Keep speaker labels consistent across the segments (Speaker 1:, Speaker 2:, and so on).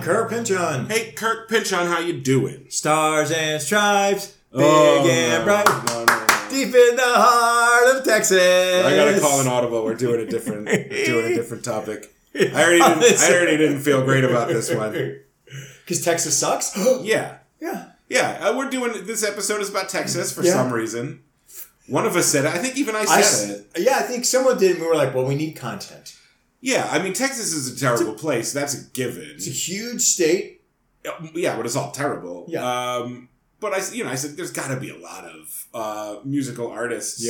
Speaker 1: Kirk Pinchon.
Speaker 2: Hey, Kirk Pinchon, how you doing?
Speaker 1: Stars and stripes, big
Speaker 2: Oh, no,
Speaker 1: and bright,
Speaker 2: no, no, no.
Speaker 1: deep in the heart of Texas.
Speaker 2: I
Speaker 1: I
Speaker 2: gotta call an audible. We're doing a different, we're doing a different topic. I already,
Speaker 1: Oh,
Speaker 2: didn't,
Speaker 1: this-
Speaker 2: I already didn't feel great about this one.
Speaker 1: because Texas sucks.
Speaker 2: Yeah,
Speaker 1: yeah,
Speaker 2: yeah. Uh, we're doing this episode is about Texas for
Speaker 1: Yeah.
Speaker 2: some reason. One of us said it. I think even I said
Speaker 1: I
Speaker 2: it.
Speaker 1: s- yeah, I think someone did. and We were like, well, we need content.
Speaker 2: Yeah, I mean Texas is a terrible place. That's a given. Uh,
Speaker 1: It's a huge state.
Speaker 2: Yeah, but it's all terrible.
Speaker 1: Yeah.
Speaker 2: Um, but I, s- you know, I said there's got to be a lot of uh, musical artists.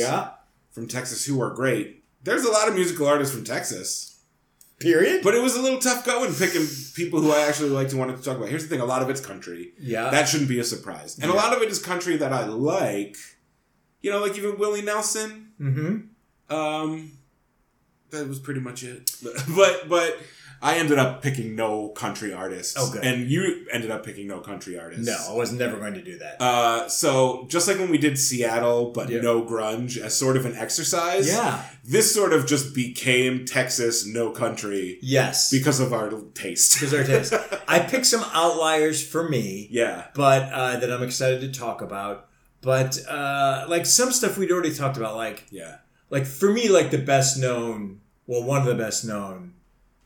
Speaker 2: From Texas who are great. There's a lot of musical artists from Texas,
Speaker 1: Period.
Speaker 2: but it was a little tough going picking people who I actually liked and wanted to talk about. Here's the thing: a lot of it's country.
Speaker 1: yeah.
Speaker 2: That shouldn't be a surprise, and a
Speaker 1: Uh, Yeah.
Speaker 2: lot of it is country that I like. You know, like even Willie Nelson.
Speaker 1: mm-hmm.
Speaker 2: Um, that was pretty much it. But but I ended up picking no country artists.
Speaker 1: Oh, good.
Speaker 2: And you ended up picking no country artists.
Speaker 1: No, I was never going to do that.
Speaker 2: Uh, so just like when we did Seattle, but
Speaker 1: Yeah.
Speaker 2: no grunge as sort of an exercise.
Speaker 1: yeah.
Speaker 2: This sort of just became Texas no country
Speaker 1: Yes.
Speaker 2: because of our taste.
Speaker 1: Because our taste. I picked some outliers for me.
Speaker 2: yeah.
Speaker 1: but uh, that I'm excited to talk about. But uh, like some stuff we'd already talked about, like
Speaker 2: Yeah.
Speaker 1: like for me, like the best known, well, one of the best known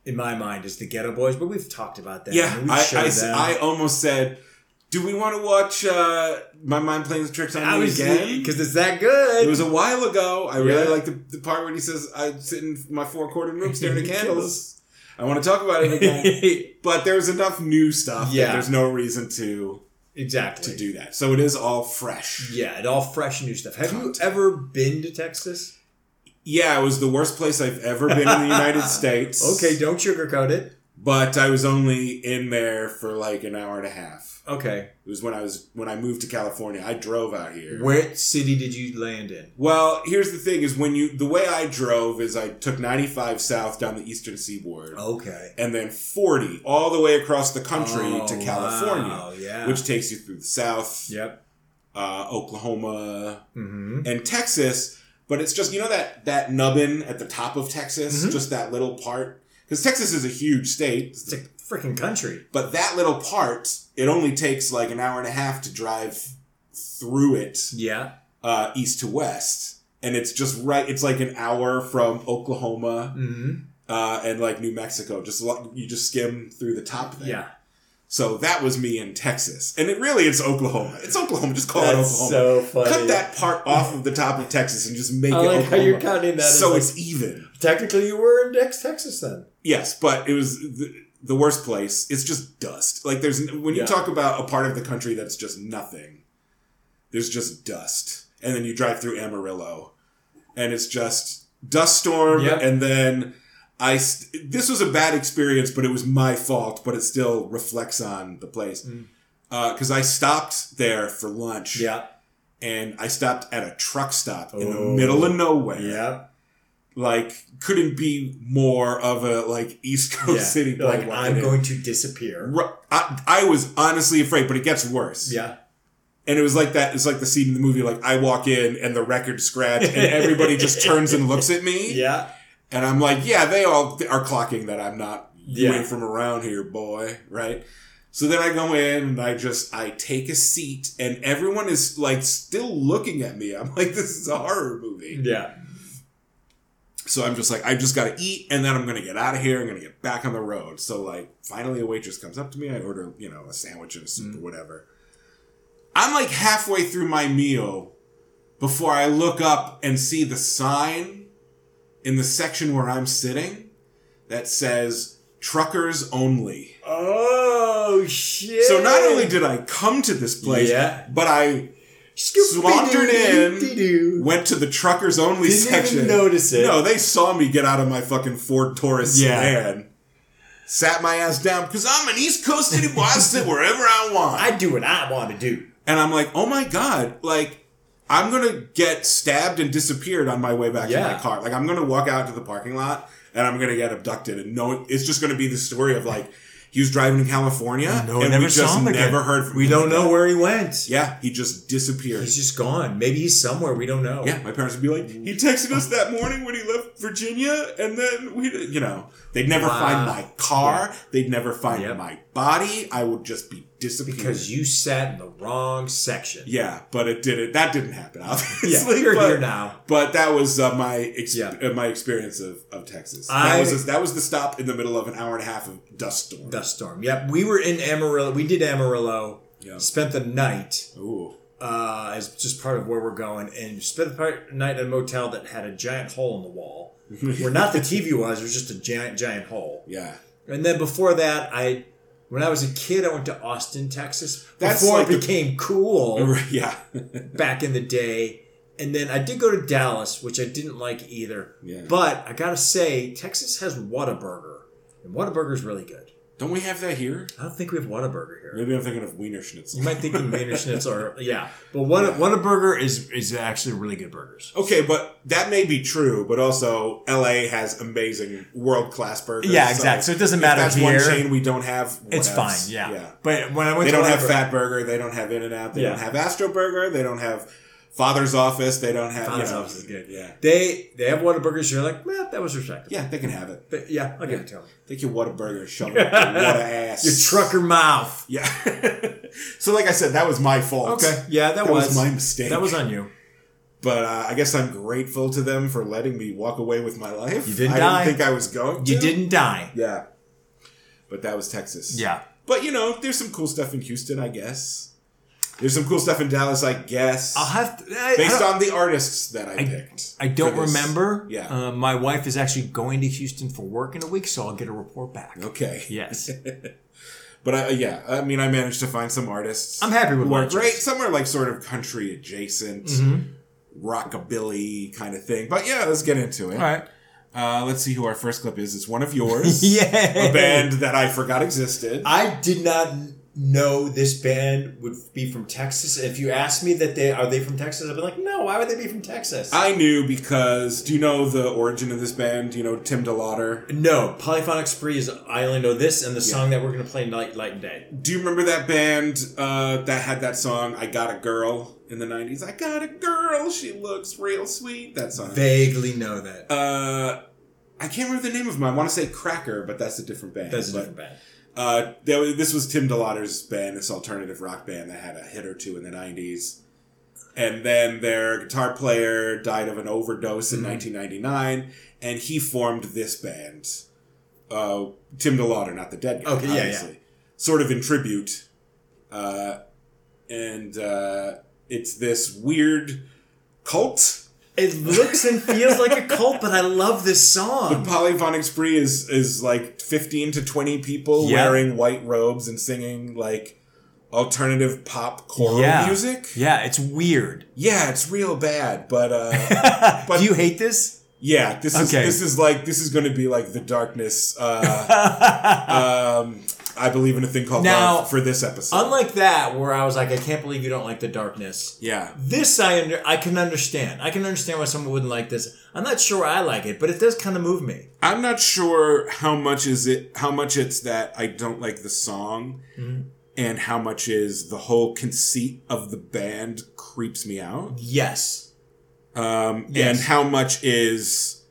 Speaker 1: in my mind is the Ghetto Boys, but we've talked about that.
Speaker 2: Yeah.
Speaker 1: we
Speaker 2: I, I s- I almost said, do we want to watch uh, My Mind Playing Tricks on Me again?
Speaker 1: because it's that good.
Speaker 2: It was a while ago. I really
Speaker 1: Yeah.
Speaker 2: like the, the part where he says, I sit in my four quarter room staring at candles. I want to talk about it again. but there's enough new stuff that
Speaker 1: Yeah.
Speaker 2: there's no reason to
Speaker 1: exactly.
Speaker 2: to do that. So it is all fresh.
Speaker 1: Yeah, and all fresh new stuff. Have you
Speaker 2: Content.
Speaker 1: ever been to Texas?
Speaker 2: Yeah, it was the worst place I've ever been in the United States.
Speaker 1: Okay, don't sugarcoat it.
Speaker 2: But I was only in there for like an hour and a half.
Speaker 1: Okay,
Speaker 2: It was when I was when I moved to California. I drove out here.
Speaker 1: what city did you land in?
Speaker 2: Well, here's the thing is when you the way I drove is I took 95 south down the eastern seaboard.
Speaker 1: Oh. Okay,
Speaker 2: and then 40 all the way across the country
Speaker 1: Oh,
Speaker 2: to California,
Speaker 1: wow, yeah,
Speaker 2: which takes you through the South,
Speaker 1: yep.
Speaker 2: uh, Oklahoma,
Speaker 1: Mm-hmm.
Speaker 2: and Texas. But it's just you know that that nubbin at the top of Texas,
Speaker 1: Mhm.
Speaker 2: just that little part, because Texas is a huge state.
Speaker 1: It's a freaking country.
Speaker 2: But that little part, it only takes like an hour and a half to drive through it
Speaker 1: Yeah.
Speaker 2: uh, east to west. And it's just right. It's like an hour from Oklahoma
Speaker 1: Mm-hmm.
Speaker 2: uh, and like New Mexico. Just lo- you just skim through the top there.
Speaker 1: Yeah.
Speaker 2: So that was me in Texas. And it really it's Oklahoma. It's Oklahoma. Just call it Oklahoma.
Speaker 1: so funny.
Speaker 2: Cut that part off of the top of Texas and just make
Speaker 1: I
Speaker 2: it
Speaker 1: like how
Speaker 2: Oklahoma.
Speaker 1: you're counting that. as
Speaker 2: so
Speaker 1: like-
Speaker 2: it's even.
Speaker 1: technically you were in ex Texas then.
Speaker 2: Yes, but it was the, the worst place. It's just dust. Like there's n- when you
Speaker 1: Yeah.
Speaker 2: talk about a part of the country that's just nothing. There's just dust. And then you drive through Amarillo and it's just dust storm
Speaker 1: Yep.
Speaker 2: and then I st- this was a bad experience, but it was my fault, but it still reflects on the place.
Speaker 1: Mm.
Speaker 2: Because I stopped there for lunch,
Speaker 1: Yeah.
Speaker 2: and I stopped at a truck stop in the
Speaker 1: Oh.
Speaker 2: middle of nowhere.
Speaker 1: Yeah.
Speaker 2: Like, couldn't be more of a like East Coast
Speaker 1: yeah.
Speaker 2: city.
Speaker 1: You're Like
Speaker 2: boy walking
Speaker 1: I'm
Speaker 2: in.
Speaker 1: going to disappear.
Speaker 2: Ru- I, I was honestly afraid, but it gets worse.
Speaker 1: Yeah.
Speaker 2: And it was like that. It's like the scene in the movie. Like I walk in and the record scratch, and everybody just turns and looks at me.
Speaker 1: Yeah.
Speaker 2: And I'm like, yeah, they all are clocking that I'm not
Speaker 1: Yeah.
Speaker 2: you ain't from around here, boy, right? So then I go in and I just I take a seat, and everyone is like still looking at me. I'm like, this is a horror movie.
Speaker 1: Yeah.
Speaker 2: So I'm just like, I just gotta eat, and then I'm gonna get out of here. I'm gonna get back on the road. So like, finally, a waitress comes up to me. I order you know a sandwich and a soup
Speaker 1: Mm.
Speaker 2: or whatever. I'm like halfway through my meal before I look up and see the sign in the section where I'm sitting that says "Truckers Only."
Speaker 1: Oh shit.
Speaker 2: So not only did I come to this place,
Speaker 1: Yeah.
Speaker 2: but I
Speaker 1: Scoop-a-doo-doo-doo-doo-doo.
Speaker 2: Swandered went to the truckers only
Speaker 1: Didn't
Speaker 2: section.
Speaker 1: even notice it.
Speaker 2: No, they saw me get out of my fucking Ford Taurus
Speaker 1: Yeah.
Speaker 2: sedan, sat my ass down because I'm an East Coast city boy. I sit wherever I want,
Speaker 1: I do what I want to do.
Speaker 2: and I'm like, oh my god, like. I'm gonna get stabbed and disappeared on my way back to
Speaker 1: Yeah.
Speaker 2: my car. Like I'm gonna walk out to the parking lot and I'm gonna get abducted. And no, it's just gonna be the story of like he was driving to California
Speaker 1: No one
Speaker 2: and
Speaker 1: ever
Speaker 2: we just
Speaker 1: saw him
Speaker 2: never
Speaker 1: again.
Speaker 2: heard. From
Speaker 1: We
Speaker 2: him
Speaker 1: don't
Speaker 2: again.
Speaker 1: know where he went.
Speaker 2: Yeah, he just disappeared.
Speaker 1: He's just gone. Maybe he's somewhere. We don't know.
Speaker 2: Oh, Yeah, my parents would be like, he texted us that morning when he left Virginia, and then we, you know, they'd never
Speaker 1: Wow.
Speaker 2: find my car, they'd never find
Speaker 1: Yep.
Speaker 2: my body, I would just be disappeared.
Speaker 1: because you sat in the wrong section.
Speaker 2: yeah, but it didn't. That didn't happen.
Speaker 1: Yeah,
Speaker 2: Obviously,
Speaker 1: you're
Speaker 2: but,
Speaker 1: here now.
Speaker 2: but that was uh, my ex-
Speaker 1: Yeah.
Speaker 2: uh, my experience of, of Texas. That
Speaker 1: I-
Speaker 2: was that was the stop in the middle of an hour and a half of dust storm.
Speaker 1: Dust storm. Yep, we were in Amarillo. We did Amarillo.
Speaker 2: Yeah.
Speaker 1: Spent the night
Speaker 2: Ooh.
Speaker 1: uh, as just part of where we're going, and spent the part, night at a motel that had a giant hole in the wall. where not the TV was, it was just a giant, giant hole.
Speaker 2: Yeah.
Speaker 1: And then before that, I, when I was a kid, I went to Austin, Texas.
Speaker 2: That's
Speaker 1: before
Speaker 2: like the-
Speaker 1: it became cool
Speaker 2: Yeah.
Speaker 1: back in the day. And then I did go to Dallas, which I didn't like either.
Speaker 2: Yeah.
Speaker 1: But I gotta say, Texas has Whataburger, and Whataburger's really good.
Speaker 2: Don't we have that here?
Speaker 1: I don't think we have Whataburger here.
Speaker 2: Maybe I'm thinking of Wiener Schnitzel.
Speaker 1: You might think of Wiener Schnitzel, or yeah, but what
Speaker 2: Yeah.
Speaker 1: Whataburger is is actually really good burgers.
Speaker 2: Okay, but that may be true, but also LA has amazing world class burgers.
Speaker 1: Yeah, exactly. So it doesn't matter
Speaker 2: If that's
Speaker 1: here.
Speaker 2: one chain we don't have. what
Speaker 1: It's
Speaker 2: else?
Speaker 1: fine, yeah. But when I
Speaker 2: They
Speaker 1: went to
Speaker 2: don't have
Speaker 1: Whataburger-
Speaker 2: Fat Burger. They don't have In and Out. They
Speaker 1: Yeah.
Speaker 2: don't have Astro Burger. They don't have Father's Office. They don't have.
Speaker 1: Father's
Speaker 2: you know,
Speaker 1: Office is good.
Speaker 2: Yeah,
Speaker 1: they they have Whataburgers. You're like, well, that was respectable.
Speaker 2: yeah. They can have it.
Speaker 1: But yeah, I'll give it to them.
Speaker 2: They can what a burger. Shove it. What a ass.
Speaker 1: Your trucker mouth.
Speaker 2: Yeah. so, like I said, that was my fault.
Speaker 1: Okay. Yeah, that,
Speaker 2: That was
Speaker 1: was
Speaker 2: my mistake.
Speaker 1: That was on you.
Speaker 2: But uh, I guess I'm grateful to them for letting me walk away with my life.
Speaker 1: You didn't
Speaker 2: I
Speaker 1: die.
Speaker 2: didn't think I was going.
Speaker 1: You
Speaker 2: to.
Speaker 1: didn't die.
Speaker 2: Yeah. But that was Texas.
Speaker 1: Yeah.
Speaker 2: But you know, there's some cool stuff in Houston, I guess. There's some cool stuff in Dallas, I guess.
Speaker 1: I'll have to. I, I
Speaker 2: based
Speaker 1: don't,
Speaker 2: on the artists that I, picked.
Speaker 1: Uh, I don't
Speaker 2: for this.
Speaker 1: remember.
Speaker 2: Yeah.
Speaker 1: Uh, my wife is actually going to Houston for work in a week, so I'll get a report back.
Speaker 2: Okay.
Speaker 1: Yes.
Speaker 2: But I, yeah, I mean, I managed to find some artists.
Speaker 1: I'm happy with
Speaker 2: who
Speaker 1: my
Speaker 2: are great.
Speaker 1: choice.
Speaker 2: Some are like sort of country adjacent,
Speaker 1: Mhm.
Speaker 2: rockabilly kind of thing. But yeah, let's get into it.
Speaker 1: All right.
Speaker 2: Uh, let's see who our first clip is. It's one of yours.
Speaker 1: Yay.
Speaker 2: A band that I forgot existed.
Speaker 1: I did not know this band would be from Texas. If you asked me that they are they from Texas, I'd be like, no. Why would they be from Texas?
Speaker 2: I knew because do you know the origin of this band? Do you know Tim DeLauder?
Speaker 1: no, Polyphonic Spree is. I only know this and the song that we're going to play, Night, Light, and Day.
Speaker 2: Do you remember that band uh, that had that song "I Got a Girl" in the '90s? I got a girl, she looks real sweet. That song.
Speaker 1: Vaguely know that.
Speaker 2: uh, I can't remember the name of them. I want to say Cracker, but that's a different band.
Speaker 1: That's a
Speaker 2: But,
Speaker 1: different band.
Speaker 2: Uh, that was, this was Tim DeLauder's band, this alternative rock band that had a hit or two in the '90s, and then their guitar player died of an overdose in
Speaker 1: Mhm.
Speaker 2: 1999, and he formed this band. Uh, Tim DeLauder, not the dead guy,
Speaker 1: Okay, yeah, yeah.
Speaker 2: sort of in tribute, uh, and uh, it's this weird cult.
Speaker 1: It looks and feels like a cult, but I love this
Speaker 2: The
Speaker 1: song.
Speaker 2: polyphonic spree is is like fifteen to twenty people
Speaker 1: Yeah.
Speaker 2: wearing white robes and singing like alternative pop choral
Speaker 1: Yeah.
Speaker 2: music.
Speaker 1: yeah, it's weird.
Speaker 2: Yeah, it's real bad, but uh,
Speaker 1: Do you hate this?
Speaker 2: yeah, this is
Speaker 1: Okay.
Speaker 2: this is like this is going to be like the darkness. Uh, um, I believe in a thing called
Speaker 1: Now-
Speaker 2: love for this episode.
Speaker 1: Unlike that, where I was like, I can't believe you don't like the darkness.
Speaker 2: yeah,
Speaker 1: This I under, I can understand. I can understand why someone wouldn't like this. I'm not sure I like it, but it does kind of move me.
Speaker 2: I'm not sure how much is it how much it's that I don't like the song and how much is the whole conceit of the band creeps me out.
Speaker 1: Yes.
Speaker 2: Um,
Speaker 1: Yes.
Speaker 2: And how much is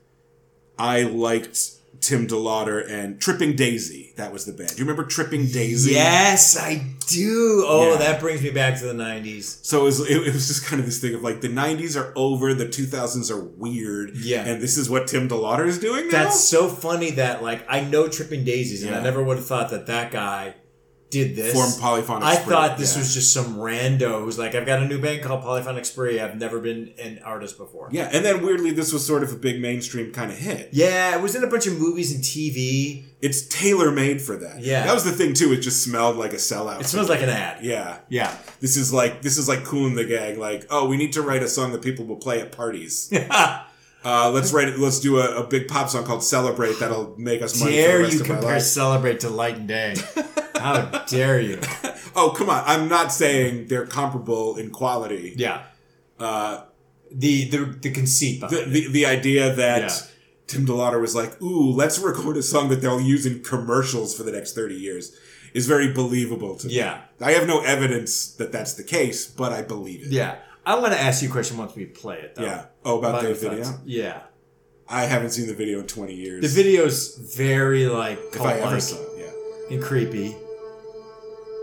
Speaker 2: I liked Tim DeLauder and Tripping Daisy? That was the band. Do you remember Tripping Daisy?
Speaker 1: Yes, I do. Oh,
Speaker 2: Yeah.
Speaker 1: that brings me back to the 90s.
Speaker 2: So it was, it, it was just kind of this thing of like the '90s are over, the 2000s are weird,
Speaker 1: Yeah.
Speaker 2: and this is what Tim DeLauder is doing now.
Speaker 1: That's so funny that, like, I know Tripping Daisies, and I
Speaker 2: Yeah.
Speaker 1: never would have thought that that guy did this.
Speaker 2: Form polyphonic.
Speaker 1: I
Speaker 2: Spree.
Speaker 1: thought this
Speaker 2: Yeah.
Speaker 1: was just some rando who's like, I've got a new band called Polyphonic Spree. I've never been an artist before.
Speaker 2: yeah, and then weirdly, this was sort of a big mainstream kind of hit.
Speaker 1: Yeah, it was in a bunch of movies and TV.
Speaker 2: It's tailor made for that.
Speaker 1: Yeah.
Speaker 2: that was the thing too. It just smelled like a sellout.
Speaker 1: It smells like an ad.
Speaker 2: yeah,
Speaker 1: Yeah.
Speaker 2: This is like this is like cool in the gang. Like, oh, we need to write a song that people will play at parties. Uh, let's write it. Let's do a, a big pop song called "Celebrate" that'll make us money for the
Speaker 1: dare
Speaker 2: rest
Speaker 1: you
Speaker 2: of our
Speaker 1: compare
Speaker 2: lives.
Speaker 1: Celebrate to Light and Day? How dare you?
Speaker 2: Oh, come on! I'm not saying they're comparable in quality.
Speaker 1: Yeah.
Speaker 2: Uh,
Speaker 1: The the, the conceit behind
Speaker 2: the, the the idea that
Speaker 1: Yeah.
Speaker 2: Tim DeLauder was like, "Ooh, let's record a song that they'll use in commercials for the next thirty years," is very believable to
Speaker 1: it.
Speaker 2: me.
Speaker 1: Yeah.
Speaker 2: I have no evidence that that's the case, but I believe it.
Speaker 1: Yeah. I want to ask you a question once we play it, though.
Speaker 2: Yeah. Oh, about
Speaker 1: About
Speaker 2: the
Speaker 1: your
Speaker 2: video.
Speaker 1: thoughts. Yeah.
Speaker 2: I haven't seen the video in twenty years.
Speaker 1: The video's very, like,
Speaker 2: if I ever
Speaker 1: cult-like
Speaker 2: saw it, yeah.
Speaker 1: and creepy.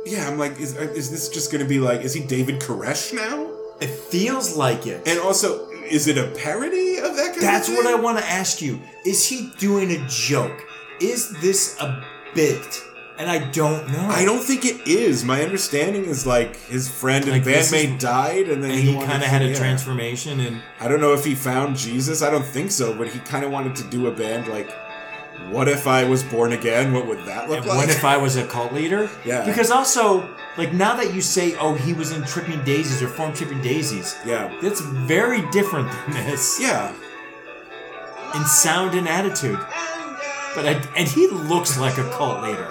Speaker 2: yeah, I'm like, is, is this just going to be like, is he David Koresh now?
Speaker 1: It feels like it.
Speaker 2: And also, is it a parody of that? Kind
Speaker 1: That's
Speaker 2: of
Speaker 1: what I want to ask you. Is he doing a joke? Is this a bit? And I don't know.
Speaker 2: I don't think it is. My understanding is like his friend and
Speaker 1: Like, this
Speaker 2: bandmate
Speaker 1: is-
Speaker 2: died, and then
Speaker 1: And he,
Speaker 2: wanted
Speaker 1: kind of
Speaker 2: to-
Speaker 1: had a
Speaker 2: yeah.
Speaker 1: transformation, and
Speaker 2: I don't know if he found Jesus. I don't think so, but he kind of wanted to do a band like, "What if I was born again? What would that look
Speaker 1: and
Speaker 2: like?"
Speaker 1: what if I was a cult leader?
Speaker 2: Yeah.
Speaker 1: Because also, like now that you say, oh, he was in Tripping Daisies or Form Tripping Daisies,
Speaker 2: yeah,
Speaker 1: that's very different than this
Speaker 2: yeah.
Speaker 1: in sound and attitude. But I, and he looks like a cult leader.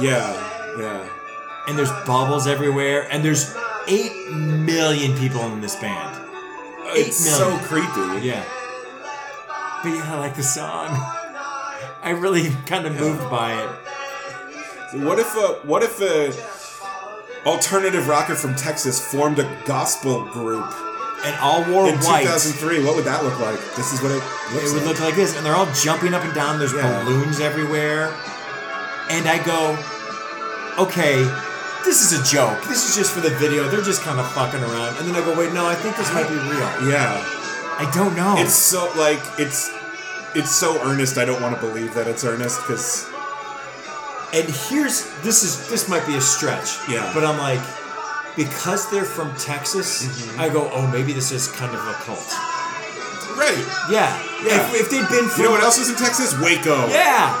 Speaker 2: Yeah, yeah.
Speaker 1: And there's bubbles everywhere, and there's eight million people in this band. Eight
Speaker 2: It's so
Speaker 1: million.
Speaker 2: creepy.
Speaker 1: Yeah. But yeah, I like the song. I really kind of moved by it.
Speaker 2: What if a what if a alternative rocker from Texas formed a gospel group
Speaker 1: And all wore
Speaker 2: in
Speaker 1: white.
Speaker 2: 2003? What would that look like? This is what it looks
Speaker 1: It would
Speaker 2: like.
Speaker 1: look like this. And they're all jumping up and down. There's
Speaker 2: Yeah.
Speaker 1: balloons everywhere. And I go, okay, this is a joke. This is just for the video. They're just kind of fucking around. And then I go, wait, no, I think this might be real.
Speaker 2: yeah,
Speaker 1: I don't know.
Speaker 2: it's so like it's it's so earnest. I don't want to believe that it's earnest because
Speaker 1: and here's this is this might be a stretch.
Speaker 2: Yeah.
Speaker 1: But I'm like, because they're from Texas,
Speaker 2: Mm-hmm.
Speaker 1: I go, oh, maybe this is kind of a cult.
Speaker 2: right.
Speaker 1: Yeah.
Speaker 2: Yeah.
Speaker 1: If, if they'd been from
Speaker 2: You know what else was in Texas? Waco.
Speaker 1: Yeah.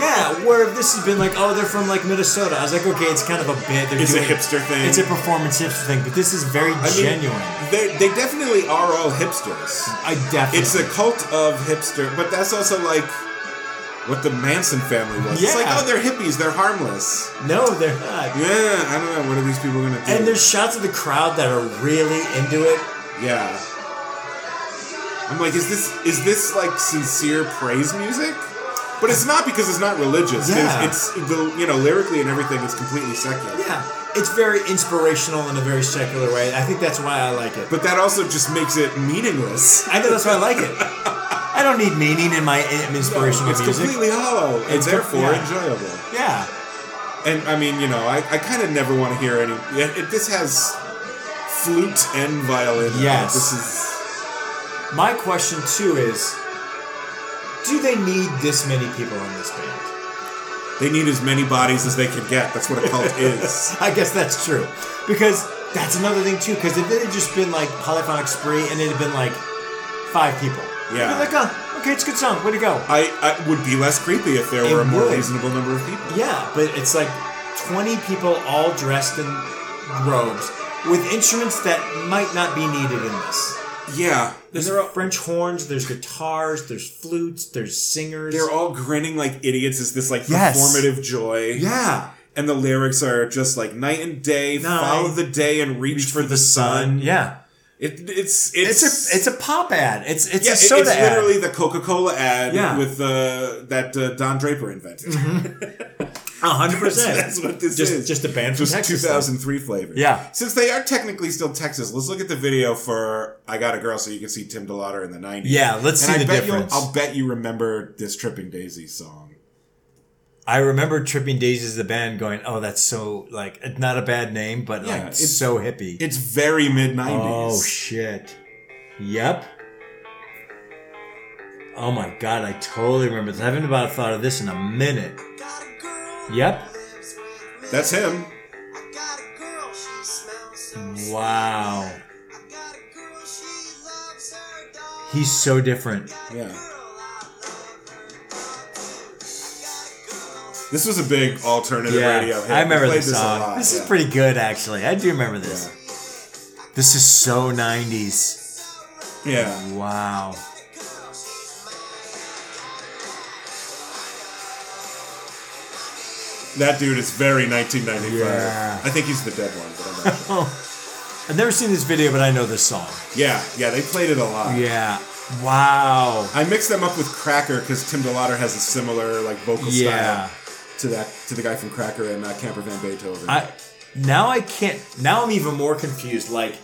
Speaker 1: yeah. Where if this has been like, oh, they're from like Minnesota. I was like, okay, it's kind of a bit. They're
Speaker 2: It's a
Speaker 1: doing-
Speaker 2: hipster thing.
Speaker 1: It's a performance hipster thing, but this is very
Speaker 2: I mean,
Speaker 1: genuine.
Speaker 2: They they definitely are all hipsters.
Speaker 1: I definitely.
Speaker 2: It's a cult of hipster, but that's also like what the Manson family was. It's like,
Speaker 1: Yeah.
Speaker 2: oh, they're hippies, they're harmless.
Speaker 1: no, they're not.
Speaker 2: Yeah, I don't know. What are these people gonna do?
Speaker 1: And there's shots of the crowd that are really into it.
Speaker 2: yeah. I'm like, is this is this like sincere praise music? But it's not because it's not religious.
Speaker 1: Yeah.
Speaker 2: It's, it's the you know lyrically and everything is completely secular.
Speaker 1: Yeah. It's very inspirational in a very secular way. I think that's why I like it.
Speaker 2: But that also just makes it meaningless.
Speaker 1: I think that's why I like it. I don't need meaning in my in- inspirational
Speaker 2: It's
Speaker 1: music.
Speaker 2: completely hollow and
Speaker 1: It's com-
Speaker 2: therefore
Speaker 1: yeah.
Speaker 2: enjoyable.
Speaker 1: yeah.
Speaker 2: And I mean, you know, I, I kind of never want to hear any. It, it, this has flute and violin.
Speaker 1: Yes.
Speaker 2: This is.
Speaker 1: My question too is, do they need this many people in this band?
Speaker 2: They need as many bodies as they can get. That's what a cult is.
Speaker 1: I guess that's true. Because that's another thing too. Because if it had just been like Polyphonic Spree and it had been like five people,
Speaker 2: Yeah.
Speaker 1: I'd be like, oh, okay, it's a good song. Way to go.
Speaker 2: I, I would be less creepy if there
Speaker 1: It
Speaker 2: were a more
Speaker 1: would.
Speaker 2: reasonable number of people.
Speaker 1: Yeah, but it's like twenty people all dressed in robes with instruments that might not be needed in this.
Speaker 2: Yeah.
Speaker 1: There's
Speaker 2: they're, all,
Speaker 1: French horns. There's guitars. There's flutes. There's singers.
Speaker 2: they're all grinning like idiots. Is this like
Speaker 1: Yes.
Speaker 2: performative joy?
Speaker 1: yeah.
Speaker 2: And the lyrics are just like night and day,
Speaker 1: Night.
Speaker 2: follow the day and reach, for, the sun.
Speaker 1: Uh, Yeah.
Speaker 2: It, it's it's
Speaker 1: It's a it's a pop ad. It's it's
Speaker 2: Yeah,
Speaker 1: a
Speaker 2: it-
Speaker 1: soda
Speaker 2: it's
Speaker 1: ad.
Speaker 2: literally the Coca Cola ad
Speaker 1: Yeah. Mm-hmm.
Speaker 2: with uh, that uh, Don Draper invented.
Speaker 1: hundred percent.
Speaker 2: That's what this
Speaker 1: just,
Speaker 2: is.
Speaker 1: Just a band from
Speaker 2: Just
Speaker 1: Texas.
Speaker 2: 2003 flavor.
Speaker 1: Yeah.
Speaker 2: Since they are technically still Texas, let's look at the video for "I Got a Girl," so you can see Tim DeLauder in the 90s.
Speaker 1: Yeah, let's
Speaker 2: and
Speaker 1: see
Speaker 2: I
Speaker 1: the
Speaker 2: bet
Speaker 1: difference.
Speaker 2: You'll, I'll bet you remember this "Tripping Daisy" song.
Speaker 1: I remember Tripping Daisies the band going, "Oh, that's so like it's not a bad name, but
Speaker 2: Yeah,
Speaker 1: like
Speaker 2: it's-
Speaker 1: so hippie."
Speaker 2: It's very mid 90s.
Speaker 1: oh shit. Yep. Oh my god, I totally remember this. I haven't about thought of this in a minute. Yep.
Speaker 2: That's him.
Speaker 1: Wow. He's so different.
Speaker 2: Yeah. This was a big alternative radio
Speaker 1: Yeah,
Speaker 2: hit.
Speaker 1: I remember
Speaker 2: We played
Speaker 1: this song.
Speaker 2: a lot,
Speaker 1: this
Speaker 2: yeah.
Speaker 1: is pretty good, actually. I do remember this. This is so 90s.
Speaker 2: Yeah.
Speaker 1: Wow.
Speaker 2: That dude is very 1995.
Speaker 1: Yeah.
Speaker 2: I think he's the dead one, but I'm not sure.
Speaker 1: Oh. I've never seen this video, but I know this song.
Speaker 2: yeah, yeah, they played it a lot.
Speaker 1: Yeah. Wow.
Speaker 2: I mixed them up with Cracker because Tim DeLauder has a similar like vocal
Speaker 1: Yeah.
Speaker 2: style to that to the guy from Cracker and uh, Camper Van Beethoven.
Speaker 1: I now I can't. Now I'm even more confused. Like,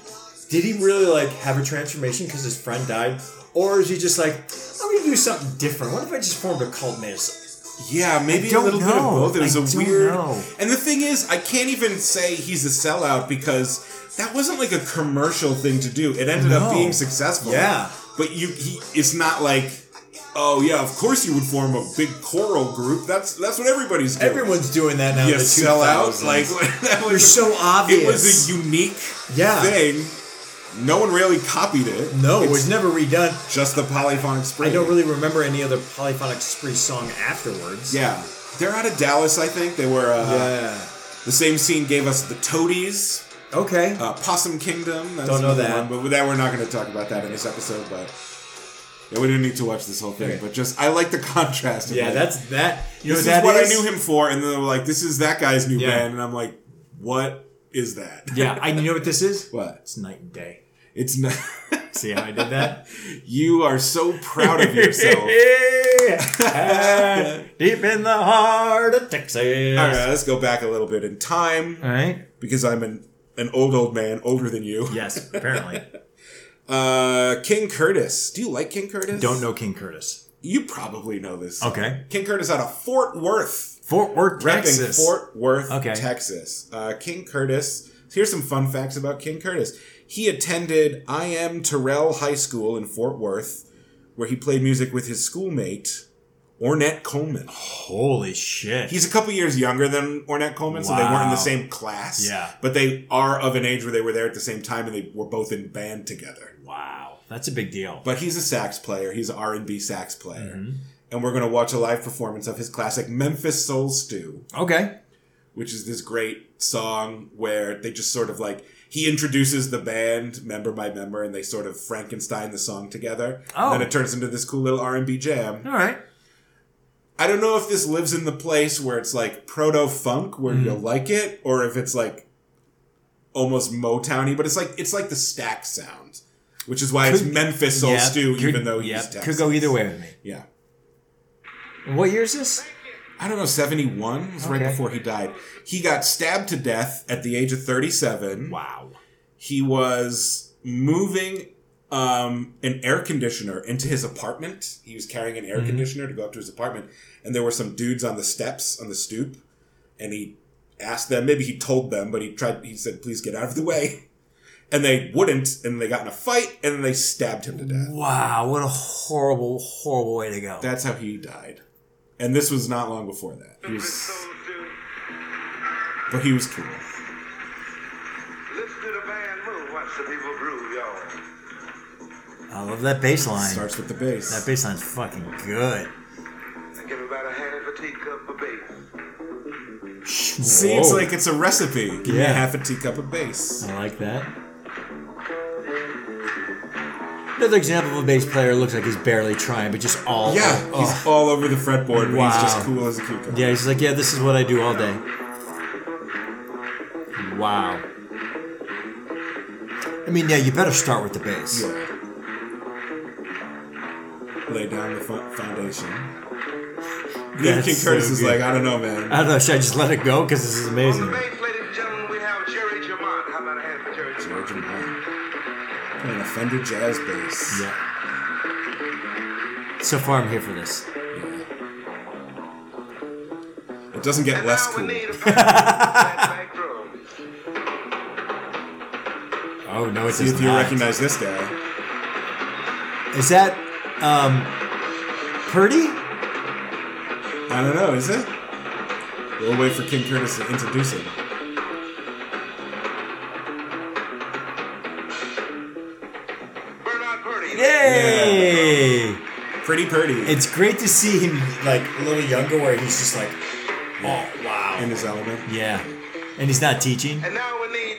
Speaker 1: did he really like have a transformation because his friend died, or is he just like, I'm gonna do something different? What if I just formed a cult and made a s-
Speaker 2: Yeah, maybe a
Speaker 1: don't
Speaker 2: little bit of
Speaker 1: know.
Speaker 2: both. It was a
Speaker 1: I don't
Speaker 2: weird.
Speaker 1: know.
Speaker 2: And the thing is, I can't even say he's a sellout because that wasn't like a commercial thing to do. It ended up
Speaker 1: No.
Speaker 2: being successful.
Speaker 1: Yeah.
Speaker 2: but you, he, it's not like, oh yeah, of course you would form a big choral group. That's that's what everybody's doing.
Speaker 1: Everyone's doing that now.
Speaker 2: you
Speaker 1: in the
Speaker 2: sell out
Speaker 1: 2000s.
Speaker 2: like that was
Speaker 1: You're so obvious.
Speaker 2: It was a unique
Speaker 1: Yeah.
Speaker 2: thing. No one really copied it.
Speaker 1: no, it
Speaker 2: it's
Speaker 1: was never redone.
Speaker 2: just the polyphonic spring.
Speaker 1: I don't really remember any other Polyphonic Spree song afterwards.
Speaker 2: Yeah, they're out of Dallas. I think they were. Uh,
Speaker 1: Yeah.
Speaker 2: The same scene gave us the Toadies,
Speaker 1: Okay.
Speaker 2: uh, Possum Kingdom. That's
Speaker 1: Don't know
Speaker 2: another
Speaker 1: that.
Speaker 2: one, but that we're not going to talk about that in this episode. But yeah, we didn't need to watch this whole thing.
Speaker 1: Okay.
Speaker 2: But just I like the contrast. Of
Speaker 1: yeah,
Speaker 2: like,
Speaker 1: that's that. You
Speaker 2: this is
Speaker 1: know that
Speaker 2: what
Speaker 1: is?
Speaker 2: I knew him for, and then they were like, "This is that guy's new
Speaker 1: Yeah.
Speaker 2: band," and I'm like, "What is that?"
Speaker 1: Yeah, I you know what this is.
Speaker 2: What?
Speaker 1: It's night and day.
Speaker 2: It's not.
Speaker 1: See how I did that?
Speaker 2: you are so proud of yourself.
Speaker 1: Yeah. Deep in the heart of Texas.
Speaker 2: All right, let's go back a little bit in time
Speaker 1: All right.
Speaker 2: because I'm an an old old man, older than you.
Speaker 1: Yes, apparently.
Speaker 2: Uh, King Curtis. Do you like King Curtis?
Speaker 1: Don't know King Curtis.
Speaker 2: You probably know this.
Speaker 1: Okay.
Speaker 2: King Curtis out of Fort Worth.
Speaker 1: Fort Worth,
Speaker 2: Repping
Speaker 1: Texas.
Speaker 2: Fort Worth,
Speaker 1: Okay.
Speaker 2: Texas. Uh, King Curtis. Here's some fun facts about King Curtis. He attended I.M. Terrell High School in Fort Worth, where he played music with his schoolmate, Ornette Coleman.
Speaker 1: Holy shit.
Speaker 2: He's a couple years younger than Ornette Coleman, so they weren't in
Speaker 1: Wow.
Speaker 2: the same class.
Speaker 1: Yeah.
Speaker 2: But they are of an age where they were there at the same time and they were both in band together.
Speaker 1: wow. That's a big deal.
Speaker 2: But he's a sax player. He's an R&B sax player.
Speaker 1: Mm-hmm.
Speaker 2: And we're going to watch a live performance of his classic Memphis Soul Stew.
Speaker 1: Okay.
Speaker 2: which is this great song where they just sort of like he introduces the band member by member and they sort of Frankenstein the song together.
Speaker 1: Oh.
Speaker 2: And then it turns into this cool little R&B jam.
Speaker 1: All right.
Speaker 2: I don't know if this lives in the place where it's like proto funk
Speaker 1: Mm-hmm.
Speaker 2: where you'll like it or if it's like almost Motowny, but it's like it's like the stack sound, which is why it's
Speaker 1: Could-
Speaker 2: Memphis Soul
Speaker 1: Yeah,
Speaker 2: Stew
Speaker 1: could-
Speaker 2: even though he's
Speaker 1: yeah,
Speaker 2: Texas.
Speaker 1: Could go either way with me.
Speaker 2: Yeah.
Speaker 1: And what year is this?
Speaker 2: I don't know, 71 was right
Speaker 1: Okay.
Speaker 2: before he died. He got stabbed to death at the age of 37.
Speaker 1: Wow.
Speaker 2: he was moving um, an air conditioner into his apartment. He was carrying an air
Speaker 1: Mm-hmm.
Speaker 2: conditioner to go up to his apartment, and there were some dudes on the steps on the stoop, and he asked them. Maybe he told them, but he tried. He said, "Please get out of the way," and they wouldn't, and they got in a fight, and then they stabbed him to death.
Speaker 1: Wow. What a horrible, horrible way to go.
Speaker 2: That's how he died, and this was not long before that. He was,
Speaker 3: Soul Stew.
Speaker 2: but he was cool.
Speaker 3: Listen to the band move. Watch the people groove, y'all.
Speaker 1: I love that bass line.
Speaker 2: Starts with the
Speaker 1: That
Speaker 2: bass.
Speaker 1: bass line's fucking good.
Speaker 3: And give about a half a teacup of bass.
Speaker 2: Seems
Speaker 1: Whoa.
Speaker 2: like it's a recipe. Give me a
Speaker 1: Yeah.
Speaker 2: half a teacup of bass.
Speaker 1: I like that. Another example of a bass player who looks like he's barely trying, but just all
Speaker 2: Yeah,
Speaker 1: oh.
Speaker 2: he's all over the fretboard, but he's just
Speaker 1: Wow.
Speaker 2: cool as a cucumber.
Speaker 1: yeah. He's like, yeah, this is what I do all day. Wow. I mean, yeah, you better start with the bass.
Speaker 2: Yeah. Lay down the fo- foundation. Yeah,
Speaker 1: That's
Speaker 2: King Curtis
Speaker 1: so
Speaker 2: is
Speaker 1: good. Uh.
Speaker 2: like, I don't know, man.
Speaker 1: I don't know. Should I just let it go? Because this is
Speaker 3: On the
Speaker 1: amazing.
Speaker 3: bass, ladies and gentlemen, we have Jerry Jamont. How about a hand for Jerry Jamont?
Speaker 2: George and I. Playing a Fender jazz bass.
Speaker 1: Yeah. So far, I'm here for this.
Speaker 2: It doesn't get
Speaker 3: And
Speaker 2: less
Speaker 3: now
Speaker 2: cool.
Speaker 3: we need a fat back drum.
Speaker 1: Oh no, it's
Speaker 2: See if you recognize this guy.
Speaker 1: Is that um, Purdy?
Speaker 2: I don't know, is it? We'll wait for King Curtis to introduce him.
Speaker 3: Bernard Purdy.
Speaker 1: Yay!
Speaker 2: Pretty Purdy
Speaker 1: It's great to see him like a little younger, where he's just like, oh wow,
Speaker 2: in his element.
Speaker 1: yeah, and he's not teaching.
Speaker 3: And now we need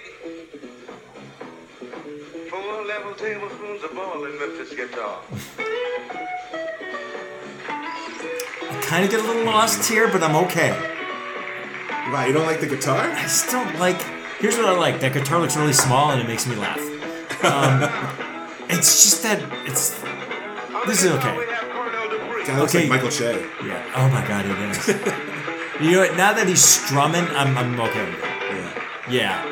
Speaker 3: four level tablespoons of boiling Memphis guitar.
Speaker 1: I kind of get a little lost here, but I'm okay.
Speaker 2: Wow, you don't like the guitar?
Speaker 1: I just don't like. Here's what I like: that guitar looks really small, and it makes me laugh. Um, it's just that it's
Speaker 3: On
Speaker 1: This
Speaker 3: the
Speaker 1: is
Speaker 3: guitar,
Speaker 1: okay.
Speaker 3: We have Cornell Dupree.
Speaker 2: Guy looks
Speaker 1: Okay.
Speaker 2: like Michael Shea.
Speaker 1: yeah. Oh my god, it is. you know what? Now that he's strumming, I'm I'm okay with it.
Speaker 2: Yeah.
Speaker 1: Yeah.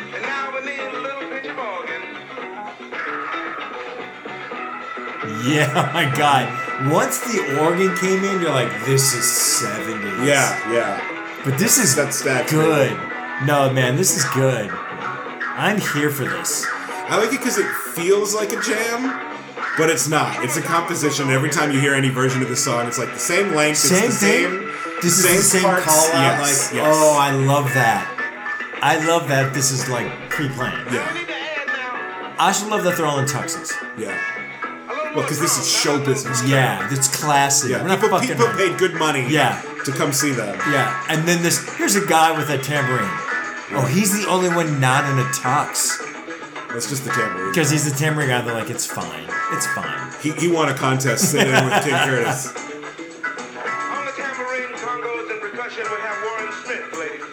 Speaker 3: And now we need a little pitch of organ.
Speaker 1: Yeah. Oh my god, Once the organ came in, you're like, this is 70s.
Speaker 2: Yeah, yeah.
Speaker 1: But this is
Speaker 2: That's stacked.
Speaker 1: good. No, man, this is good. I'm here for this.
Speaker 2: I like it because it feels like a jam, but it's not. It's a composition. Every time you hear any version of the song, it's like the same length.
Speaker 1: same
Speaker 2: it's the
Speaker 1: thing.
Speaker 2: Same,
Speaker 1: this is the same
Speaker 2: parts.
Speaker 1: call out.
Speaker 2: Yes,
Speaker 1: like,
Speaker 2: yes.
Speaker 1: oh, I love that. I love that. This is like pre-planned.
Speaker 2: yeah,
Speaker 1: I should love that they're all in tuxes.
Speaker 2: yeah. Well, because this is show business.
Speaker 1: Yeah, that's classy.
Speaker 2: Yeah,
Speaker 1: We're not
Speaker 2: people,
Speaker 1: fucking.
Speaker 2: people
Speaker 1: around.
Speaker 2: paid good money
Speaker 1: Yeah.
Speaker 2: to come see them.
Speaker 1: Yeah, and then this here's a guy with a tambourine. Oh, he's the only one not in a tux
Speaker 2: That's just the tambourine.
Speaker 1: because he's the tambourine guy. They're like, it's fine, it's fine.
Speaker 2: He, he won a contest sitting in with King Curtis.
Speaker 3: On the tambourine, congos, and percussion, we have Warren Smith, ladies and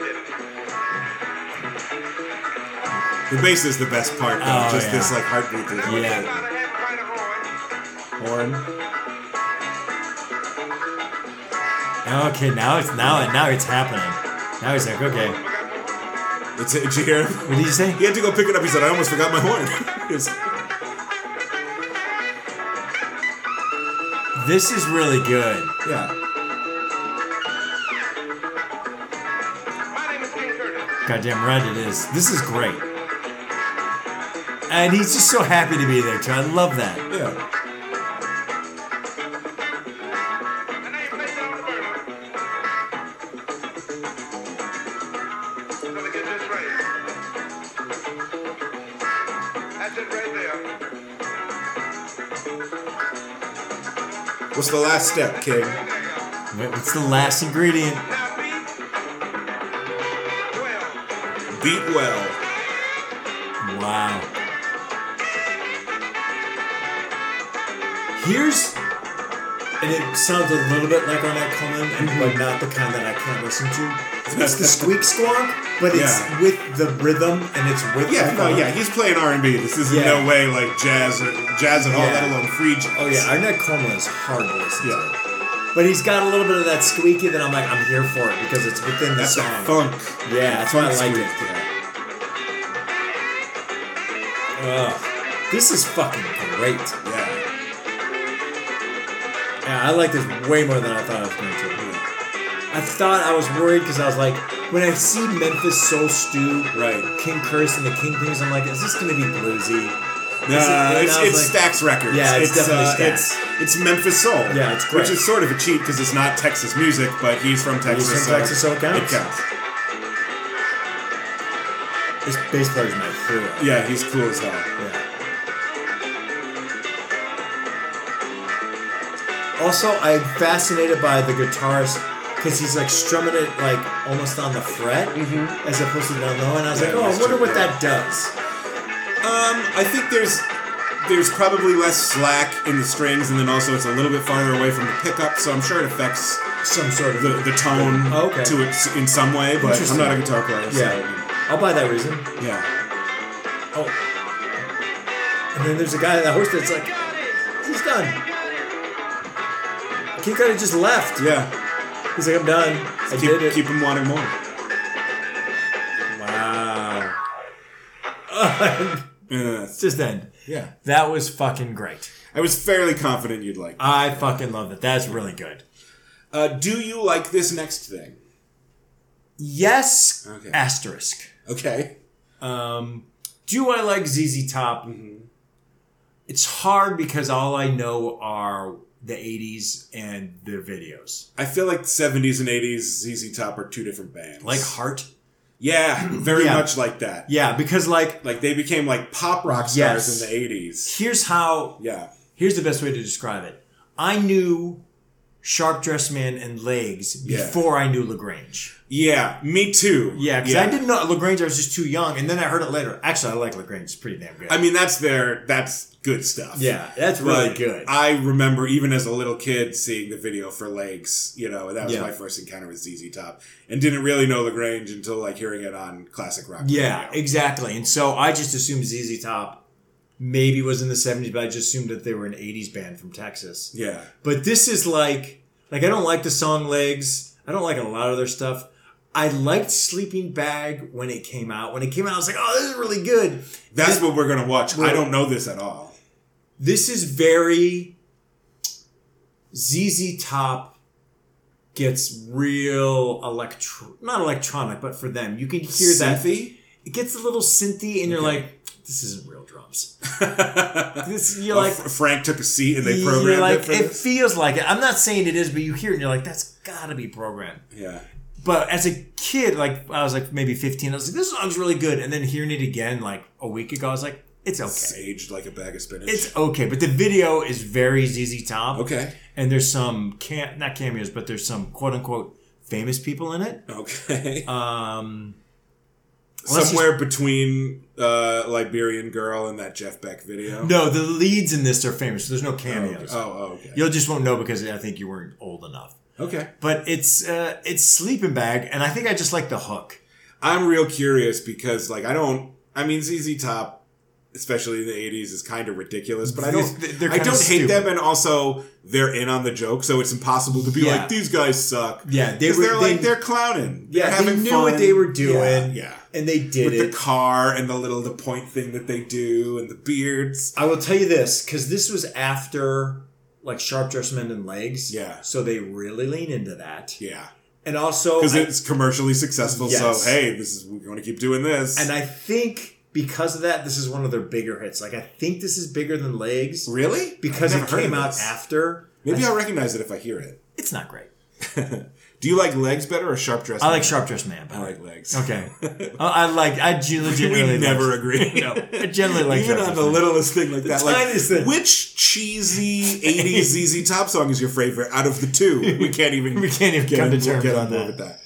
Speaker 3: gentlemen.
Speaker 2: The bass is the best part, though.
Speaker 1: Oh,
Speaker 2: just
Speaker 1: yeah.
Speaker 2: this like heartbeat through the
Speaker 1: Yeah.
Speaker 3: About a half pint of horn.
Speaker 2: horn.
Speaker 1: Okay, now it's now now it's happening. Now he's like, okay,
Speaker 3: We got more horn.
Speaker 2: It's, did you hear him?
Speaker 1: what did you say?
Speaker 2: He had to go pick it up. He said, "I almost forgot my horn." He was-
Speaker 1: This is really good.
Speaker 2: yeah.
Speaker 3: My name is King Curtis.
Speaker 1: Goddamn right it is. This is great. And he's just so happy to be there too. I love that.
Speaker 2: Yeah.
Speaker 3: And now you place it on the burner. Let me get this right. That's it right there.
Speaker 2: What's the last step, King?
Speaker 3: There you go.
Speaker 1: Wait, What's the last ingredient?
Speaker 3: Now beat. Twelve.
Speaker 2: Beat well.
Speaker 1: Wow. Here's, and it sounds a little bit like Arnett Coleman, and
Speaker 2: Mm-hmm.
Speaker 1: but not the kind that I can't listen to. It's the squeak squawk, but it's
Speaker 2: Yeah.
Speaker 1: with the rhythm and it's with
Speaker 2: Yeah,
Speaker 1: the
Speaker 2: no,
Speaker 1: funk.
Speaker 2: yeah. He's playing R and B. This is in
Speaker 1: Uh-huh. Yeah.
Speaker 2: no way like jazz or jazz at all.
Speaker 1: Yeah.
Speaker 2: Let alone free jazz.
Speaker 1: Oh yeah, Arnett Coleman is hard to listen to.
Speaker 2: yeah.
Speaker 1: But he's got a little bit of that squeaky that I'm like, I'm here for it because it's within the
Speaker 2: That's the
Speaker 1: song.
Speaker 2: funk.
Speaker 1: Yeah, that's why I
Speaker 2: Funk
Speaker 1: like
Speaker 2: squeak,
Speaker 1: it.
Speaker 2: yeah.
Speaker 1: Ugh. This is fucking great.
Speaker 2: Yeah.
Speaker 1: Yeah, I like this way more than I thought I was going to.
Speaker 2: yeah.
Speaker 1: I thought I was worried because I was like, when I see Memphis Soul Stew,
Speaker 2: Right.
Speaker 1: King Curse and the King Things, I'm like, is this gonna be bluesy? Is it-
Speaker 2: Nah,
Speaker 1: and I
Speaker 2: it's,
Speaker 1: was
Speaker 2: it's
Speaker 1: like,
Speaker 2: Stax Records.
Speaker 1: Yeah, it's definitely
Speaker 2: it's, uh, it's Memphis Soul.
Speaker 1: Yeah, it's
Speaker 2: Which
Speaker 1: great.
Speaker 2: is sort of a cheat because it's not Texas music, but he's from Texas.
Speaker 1: from Texas, so it counts.
Speaker 2: It counts.
Speaker 1: This bass player's my hero.
Speaker 2: Yeah, he's cool as hell.
Speaker 1: Yeah. Also, I'm fascinated by the guitarist because he's like strumming it like almost on the fret as opposed to down low, and I was
Speaker 2: Yeah,
Speaker 1: like, oh, I
Speaker 2: that's
Speaker 1: wonder
Speaker 2: true,
Speaker 1: what
Speaker 2: yeah.
Speaker 1: that does.
Speaker 2: Um, I think there's there's probably less slack in the strings, and then also it's a little bit farther away from the pickup, so I'm sure it affects
Speaker 1: Some sort of
Speaker 2: the, the tone
Speaker 1: Oh, okay.
Speaker 2: to it s- in some way. But I'm
Speaker 1: Interesting.
Speaker 2: not a guitar player, so
Speaker 1: yeah. I'll buy that reason.
Speaker 2: yeah.
Speaker 1: Oh. And then there's a guy in that horse that's like, he's done. King Cuddy just left.
Speaker 2: yeah.
Speaker 1: He's like, I'm done. I did
Speaker 2: Keep
Speaker 1: it.
Speaker 2: keep him wanting more.
Speaker 1: Wow.
Speaker 2: Yeah,
Speaker 1: It's just then.
Speaker 2: yeah.
Speaker 1: That was fucking great.
Speaker 2: I was fairly confident you'd like.
Speaker 1: I fucking love it. That's really good.
Speaker 2: Uh, do you like this next thing?
Speaker 1: Yes.
Speaker 2: Okay.
Speaker 1: Asterisk.
Speaker 2: Okay.
Speaker 1: Um, do I like ZZ Top?
Speaker 2: Mm-hmm.
Speaker 1: It's hard because all I know are the 80s and their videos.
Speaker 2: I feel like the 70s and 80s ZZ Top are two different bands.
Speaker 1: Like Heart?
Speaker 2: yeah, very
Speaker 1: Yeah.
Speaker 2: much like that.
Speaker 1: Yeah, because like,
Speaker 2: Like they became like pop rock stars
Speaker 1: Yes.
Speaker 2: in the 80s.
Speaker 1: here's how
Speaker 2: Yeah.
Speaker 1: here's the best way to describe it. I knew Sharp Dressed Man and Legs
Speaker 2: Yeah.
Speaker 1: before I knew Lagrange.
Speaker 2: Yeah, me too.
Speaker 1: Yeah, because I didn't know Lagrange. I was just too young, and then I heard it later. Actually, I like Lagrange; it's pretty damn good.
Speaker 2: I mean, that's their that's good stuff.
Speaker 1: yeah, that's
Speaker 2: But
Speaker 1: really good.
Speaker 2: I remember even as a little kid seeing the video for Legs. You know, and that was
Speaker 1: Yeah.
Speaker 2: my first encounter with ZZ Top, and didn't really know Lagrange until like hearing it on classic rock.
Speaker 1: yeah,
Speaker 2: radio.
Speaker 1: exactly. And so I just assumed ZZ Top maybe was in the '70s, but I just assumed that they were an '80s band from Texas.
Speaker 2: yeah,
Speaker 1: But this is like, like I don't like the song Legs. I don't like a lot of their stuff. I liked Sleeping Bag when it came out. When it came out, I was like, oh, this is really good.
Speaker 2: that's
Speaker 1: Thi-
Speaker 2: what we're gonna watch.
Speaker 1: Well-
Speaker 2: I don't know this at all.
Speaker 1: this is very ZZ Top gets real electro, not electronic, but for them, you can hear that.
Speaker 2: Synthy?
Speaker 1: It gets a little synthy, and you're
Speaker 2: Okay.
Speaker 1: like, this isn't real drums. This you're
Speaker 2: Oh,
Speaker 1: like,
Speaker 2: Fr- Frank took a seat and they
Speaker 1: you're
Speaker 2: programmed
Speaker 1: like,
Speaker 2: it for
Speaker 1: it
Speaker 2: this.
Speaker 1: feels like it. I'm not saying it is, but you hear it, and you're like, that's gotta be programmed.
Speaker 2: Yeah.
Speaker 1: But as a kid, like I was like maybe 15, I was like, this song's really good, and then hearing it again like a week ago, I was like, it's
Speaker 2: It's
Speaker 1: okay.
Speaker 2: aged like a bag of spinach.
Speaker 1: It's okay, but the video is very ZZ Top.
Speaker 2: okay.
Speaker 1: and there's some cam not cameos, but there's some quote unquote famous people in it.
Speaker 2: Okay.
Speaker 1: Um, unless
Speaker 2: Somewhere between uh, Liberian Girl and that Jeff Beck video.
Speaker 1: no, the leads in this are famous. So there's no
Speaker 2: Oh, okay.
Speaker 1: cameos.
Speaker 2: Oh, oh, okay.
Speaker 1: You'll just won't know because I think you weren't old enough.
Speaker 2: Okay.
Speaker 1: But it's uh, it's sleeping bag, and I think I just like the hook.
Speaker 2: I'm real curious because, like, I don't. I mean, ZZ Top, especially in the '80s, is kind of ridiculous. But I don't.
Speaker 1: They're- they're
Speaker 2: I
Speaker 1: kinda
Speaker 2: don't hate
Speaker 1: stupid.
Speaker 2: them, and also they're in on the joke, so it's impossible to be
Speaker 1: Yeah.
Speaker 2: like these guys suck.
Speaker 1: Yeah, they
Speaker 2: 'Cause
Speaker 1: were-
Speaker 2: they're like
Speaker 1: they-
Speaker 2: they're clowning.
Speaker 1: Yeah,
Speaker 2: they're
Speaker 1: they
Speaker 2: having
Speaker 1: knew
Speaker 2: fun.
Speaker 1: what they were doing.
Speaker 2: Yeah, yeah.
Speaker 1: And they did
Speaker 2: with the car and the little the point thing that they do and the beards.
Speaker 1: I will tell you this because this was after like sharp dressed men and legs.
Speaker 2: Yeah.
Speaker 1: So they really lean into that,
Speaker 2: Yeah,
Speaker 1: and also
Speaker 2: because
Speaker 1: I-
Speaker 2: it's commercially successful.
Speaker 1: Yes.
Speaker 2: So hey, this is we're going to keep doing this.
Speaker 1: And I think because of that, this is one of their bigger hits. Like I think this is bigger than Legs
Speaker 2: really
Speaker 1: because
Speaker 2: I've
Speaker 1: it
Speaker 2: never heard
Speaker 1: came
Speaker 2: of
Speaker 1: out
Speaker 2: this.
Speaker 1: after.
Speaker 2: Maybe I'll recognize it if I hear it.
Speaker 1: It's not great.
Speaker 2: Do you like legs better or sharp dress?
Speaker 1: I like
Speaker 2: better?
Speaker 1: Sharp Dressed Man.
Speaker 2: I
Speaker 1: better.
Speaker 2: like legs.
Speaker 1: Okay. I, I like. I ge- legitimately
Speaker 2: we never
Speaker 1: like,
Speaker 2: agree.
Speaker 1: No, I generally like
Speaker 2: Even
Speaker 1: Sharp
Speaker 2: on
Speaker 1: Dressed
Speaker 2: the
Speaker 1: Man.
Speaker 2: littlest thing like that, like
Speaker 1: tiniest thing.
Speaker 2: which cheesy '80s ZZ Top song is your favorite out of the two? We can't even
Speaker 1: We can't even come to
Speaker 2: we'll
Speaker 1: terms
Speaker 2: get
Speaker 1: on
Speaker 2: board
Speaker 1: that.
Speaker 2: with that.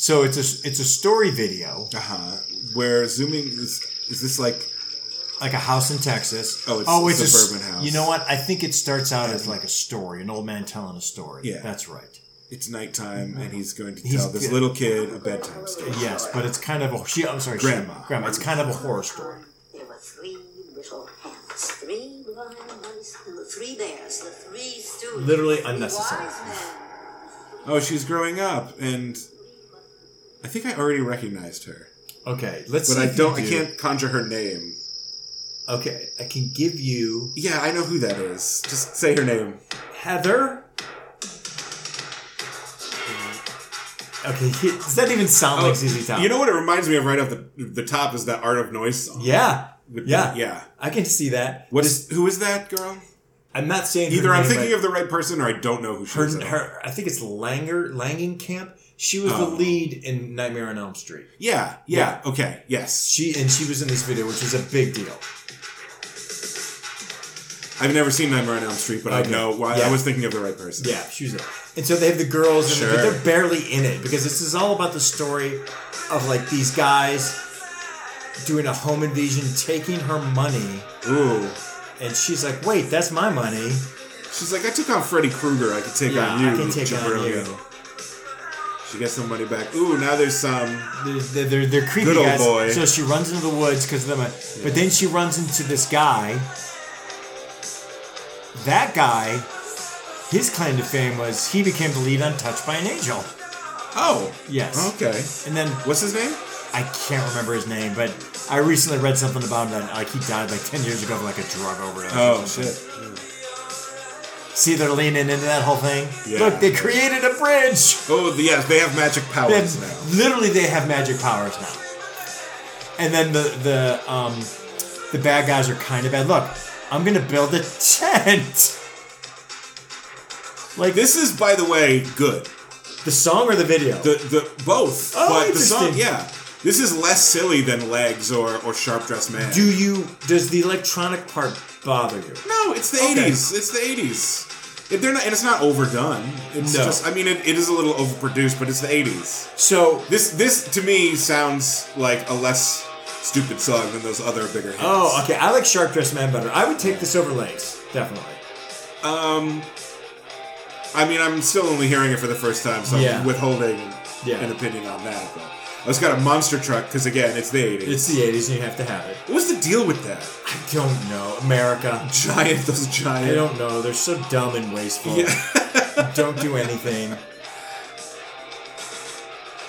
Speaker 1: So it's a it's a story video,
Speaker 2: Uh huh. Where zooming is is this like
Speaker 1: like a house in Texas.
Speaker 2: Oh, it's a
Speaker 1: a s-
Speaker 2: suburban house.
Speaker 1: You know what? I think it starts out as like a story, an old man telling a story.
Speaker 2: Yeah.
Speaker 1: that's right.
Speaker 2: it's nighttime and he's going to
Speaker 1: He's
Speaker 2: tell this
Speaker 1: good.
Speaker 2: little kid a bedtime story?
Speaker 1: Yes, but it's kind of a. She, I'm sorry, she-
Speaker 2: Grandma.
Speaker 1: grandma. It's kind of a horror story.
Speaker 4: There were three little hands, three blind mice, and the three bears, the three stews.
Speaker 1: Literally
Speaker 4: the three
Speaker 1: unnecessary.
Speaker 4: wise men.
Speaker 2: Oh, she's growing up, and I think I already recognized her,
Speaker 1: Okay, let's.
Speaker 2: but
Speaker 1: see
Speaker 2: I
Speaker 1: if you
Speaker 2: don't. I
Speaker 1: do.
Speaker 2: can't conjure her name.
Speaker 1: Okay, I can give you
Speaker 2: Yeah, I know who that is. Just say her name.
Speaker 1: Heather. Okay, he- does that even sound Oh. like ZZ Top?
Speaker 2: Oh, You know what it reminds me of right off the the top is that Art of Noise song.
Speaker 1: yeah,
Speaker 2: With
Speaker 1: yeah,
Speaker 2: the- yeah.
Speaker 1: I can see that.
Speaker 2: What is who is that girl?
Speaker 1: I'm not saying her
Speaker 2: Either I'm
Speaker 1: name,
Speaker 2: thinking
Speaker 1: but
Speaker 2: of the right person or I don't know who she is.
Speaker 1: her,
Speaker 2: at all.
Speaker 1: her. I think it's Langer Langenkamp. She was
Speaker 2: Oh.
Speaker 1: the lead in Nightmare on Elm Street.
Speaker 2: Yeah, yeah, okay, yes.
Speaker 1: She and she was in this video, which was a big deal.
Speaker 2: I've never seen Nightmare on Elm Street, but I
Speaker 1: Okay.
Speaker 2: know why
Speaker 1: Yeah.
Speaker 2: I was thinking of the right person.
Speaker 1: Yeah, she was in it. And so they have the girls, in it, but
Speaker 2: Sure.
Speaker 1: they're barely in it because this is all about the story of like these guys doing a home invasion, taking her money.
Speaker 2: Ooh.
Speaker 1: And she's like, wait, that's my money.
Speaker 2: She's like, I took on Freddy Krueger. I could take
Speaker 1: Yeah,
Speaker 2: on you.
Speaker 1: I can take on
Speaker 2: jabroni."
Speaker 1: you.
Speaker 2: She gets some money back. Ooh, now there's some.
Speaker 1: They're, they're, they're, they're creepy
Speaker 2: Good old
Speaker 1: guys.
Speaker 2: boy.
Speaker 1: So she runs into the woods because of them. But then she runs into this guy. That guy, his claim to fame was he became the lead on Touched by an Angel.
Speaker 2: Oh.
Speaker 1: Yes.
Speaker 2: Okay.
Speaker 1: And then
Speaker 2: What's his name?
Speaker 1: I can't remember his name, but I recently read something about him that like he died like ten years ago of like a drug overdose. or
Speaker 2: Oh,
Speaker 1: something.
Speaker 2: shit.
Speaker 1: See, they're leaning into that whole thing.
Speaker 2: Yeah.
Speaker 1: Look, they created a bridge.
Speaker 2: Oh, the- yes, they have magic
Speaker 1: They
Speaker 2: powers
Speaker 1: have-
Speaker 2: now.
Speaker 1: literally, they have magic powers now. And then the the um the bad guys are kind of bad. Look, I'm gonna build a tent. Like
Speaker 2: This is, by the way, good.
Speaker 1: the song or the video?
Speaker 2: The the both,
Speaker 1: Oh,
Speaker 2: but the song,
Speaker 1: interesting.
Speaker 2: yeah. This is less silly than Legs or or Sharp Dressed Man.
Speaker 1: Do you? Does the electronic part bother you?
Speaker 2: no, it's the
Speaker 1: Okay.
Speaker 2: eighties. It's the eighties. They're not, and it's not overdone. It's
Speaker 1: No.
Speaker 2: just, I mean, it, it is a little overproduced, but it's the eighties.
Speaker 1: So
Speaker 2: This this to me sounds like a less stupid song than those other bigger hits.
Speaker 1: Oh, okay. I like Shark Dressed Man better. I would take this over Legs, definitely.
Speaker 2: Um, I mean, I'm still only hearing it for the first time, so
Speaker 1: Yeah.
Speaker 2: I'm withholding
Speaker 1: Yeah.
Speaker 2: an opinion on that. But it's got a monster truck because again, it's the eighties.
Speaker 1: It's the 80s and you have to have it.
Speaker 2: What's the deal with that?
Speaker 1: I don't know. America.
Speaker 2: Giant, those giant.
Speaker 1: I don't know. They're so dumb and wasteful.
Speaker 2: Yeah.
Speaker 1: don't do anything.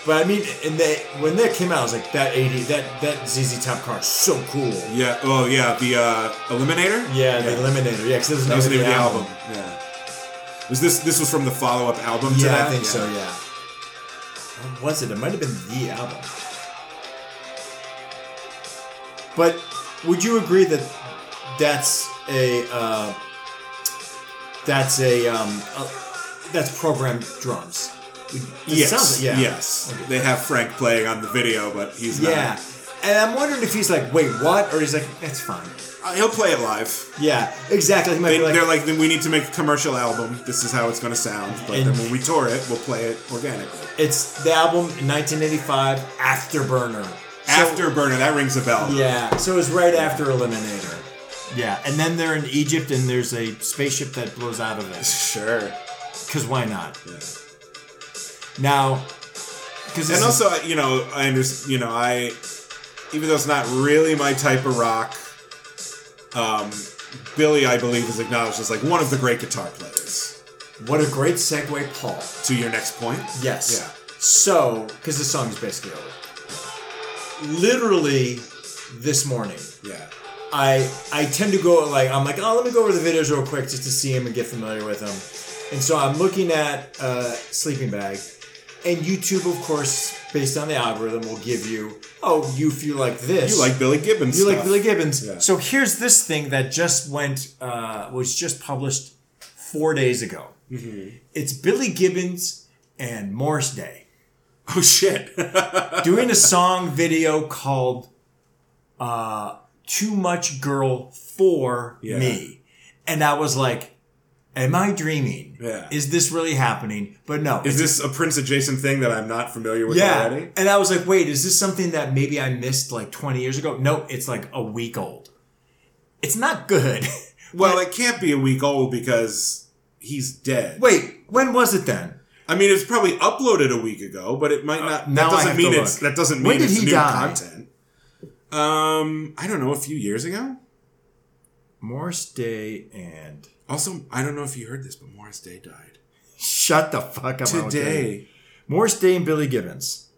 Speaker 1: But I mean, and they, when that came out, I was like, that 80, that that ZZ Top card, so cool. Yeah,
Speaker 2: Yeah. Oh, yeah. The uh, Eliminator.
Speaker 1: the Eliminator. Yeah, because
Speaker 2: That was the name of the album.
Speaker 1: album.
Speaker 2: Yeah. Was this this was from the follow up album? to
Speaker 1: Yeah, I
Speaker 2: that?
Speaker 1: think so. Yeah. What was it? It might have been the album. But would you agree that that's a uh, that's a, um, uh that's programmed drums? Would- it
Speaker 2: Yes.
Speaker 1: sounds-
Speaker 2: Yes.
Speaker 1: Okay.
Speaker 2: They have Frank playing on the video, but he's not.
Speaker 1: Yeah. And I'm wondering if he's like, wait, what? Or he's like, that's fine.
Speaker 2: Uh, he'll play it live.
Speaker 1: Yeah, exactly. He might
Speaker 2: They,
Speaker 1: be like,
Speaker 2: are like, then we need to make a commercial album. This is how it's going to sound. But
Speaker 1: And-
Speaker 2: then when we tour it, we'll play it organically.
Speaker 1: it's the album in 1985, Afterburner. So-
Speaker 2: Afterburner, that rings a bell.
Speaker 1: Yeah, so it was right after Eliminator. Yeah, and then they're in Egypt and there's a spaceship that blows out of it.
Speaker 2: Sure.
Speaker 1: Because why not?
Speaker 2: Yeah.
Speaker 1: Now, because
Speaker 2: And also, I- you know, I understand. You know, I even though it's not really my type of rock, um, Billy, I believe, is acknowledged as like one of the great guitar players.
Speaker 1: what a great segue, Paul.
Speaker 2: To your next point,
Speaker 1: Yes.
Speaker 2: yeah,
Speaker 1: So, because the song's basically over. Literally, this morning,
Speaker 2: yeah,
Speaker 1: I I tend to go like I'm like oh let me go over the videos real quick just to see him and get familiar with them, and so I'm looking at uh, Sleeping Bag, and YouTube of course based on the algorithm will give you oh you feel like this
Speaker 2: You like Billy Gibbons.
Speaker 1: you like
Speaker 2: stuff.
Speaker 1: Billy Gibbons
Speaker 2: Yeah.
Speaker 1: so here's this thing that just went uh, was just published four days ago
Speaker 2: Mm-hmm.
Speaker 1: it's Billy Gibbons and Morris Day
Speaker 2: Oh shit!
Speaker 1: doing a song video called uh, Too Much Girl for
Speaker 2: Yeah.
Speaker 1: Me. And I was like, Am I dreaming?
Speaker 2: Yeah.
Speaker 1: Is this really happening? But no.
Speaker 2: is this a Prince adjacent thing that I'm not familiar with
Speaker 1: yeah.
Speaker 2: already?
Speaker 1: And I was like, wait, is this something that maybe I missed like 20 years ago? No, it's like a week old. It's not good.
Speaker 2: Well,
Speaker 1: But-
Speaker 2: it can't be a week old because he's dead.
Speaker 1: wait, when was it then?
Speaker 2: I mean, it's probably uploaded a week ago, but it might not.
Speaker 1: Uh, now I
Speaker 2: that doesn't
Speaker 1: have to
Speaker 2: mean it's
Speaker 1: look.
Speaker 2: that doesn't mean
Speaker 1: When did
Speaker 2: it's
Speaker 1: he
Speaker 2: new
Speaker 1: die?
Speaker 2: content. Um, I don't know, a few years ago.
Speaker 1: Morris Day and.
Speaker 2: Also, I don't know if you heard this, but Morris Day died
Speaker 1: Shut the fuck up. I won't tell you.
Speaker 2: today.
Speaker 1: Morris Day and Billy Gibbons.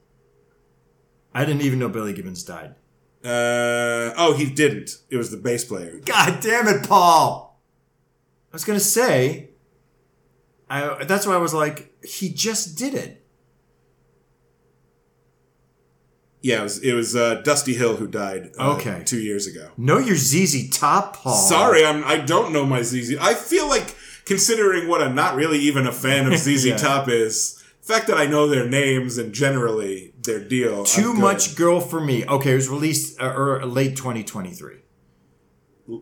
Speaker 1: I didn't even know Billy Gibbons died.
Speaker 2: Uh, oh, he didn't. It was the bass player. who died.
Speaker 1: God damn it, Paul! I was gonna say, I that's why I was like, he just did it.
Speaker 2: Yeah, it was, it was uh, Dusty Hill who died. uh,
Speaker 1: Okay.
Speaker 2: two years ago.
Speaker 1: Know your ZZ Top, Paul.
Speaker 2: Sorry, I'm. I don't know my ZZ. I feel like considering what I'm not really even a fan of ZZ
Speaker 1: Yeah.
Speaker 2: Top is. The fact that I know their names and generally their deal. I'm
Speaker 1: Too
Speaker 2: good.
Speaker 1: much girl for me. Okay, it was released uh, er, late 2023.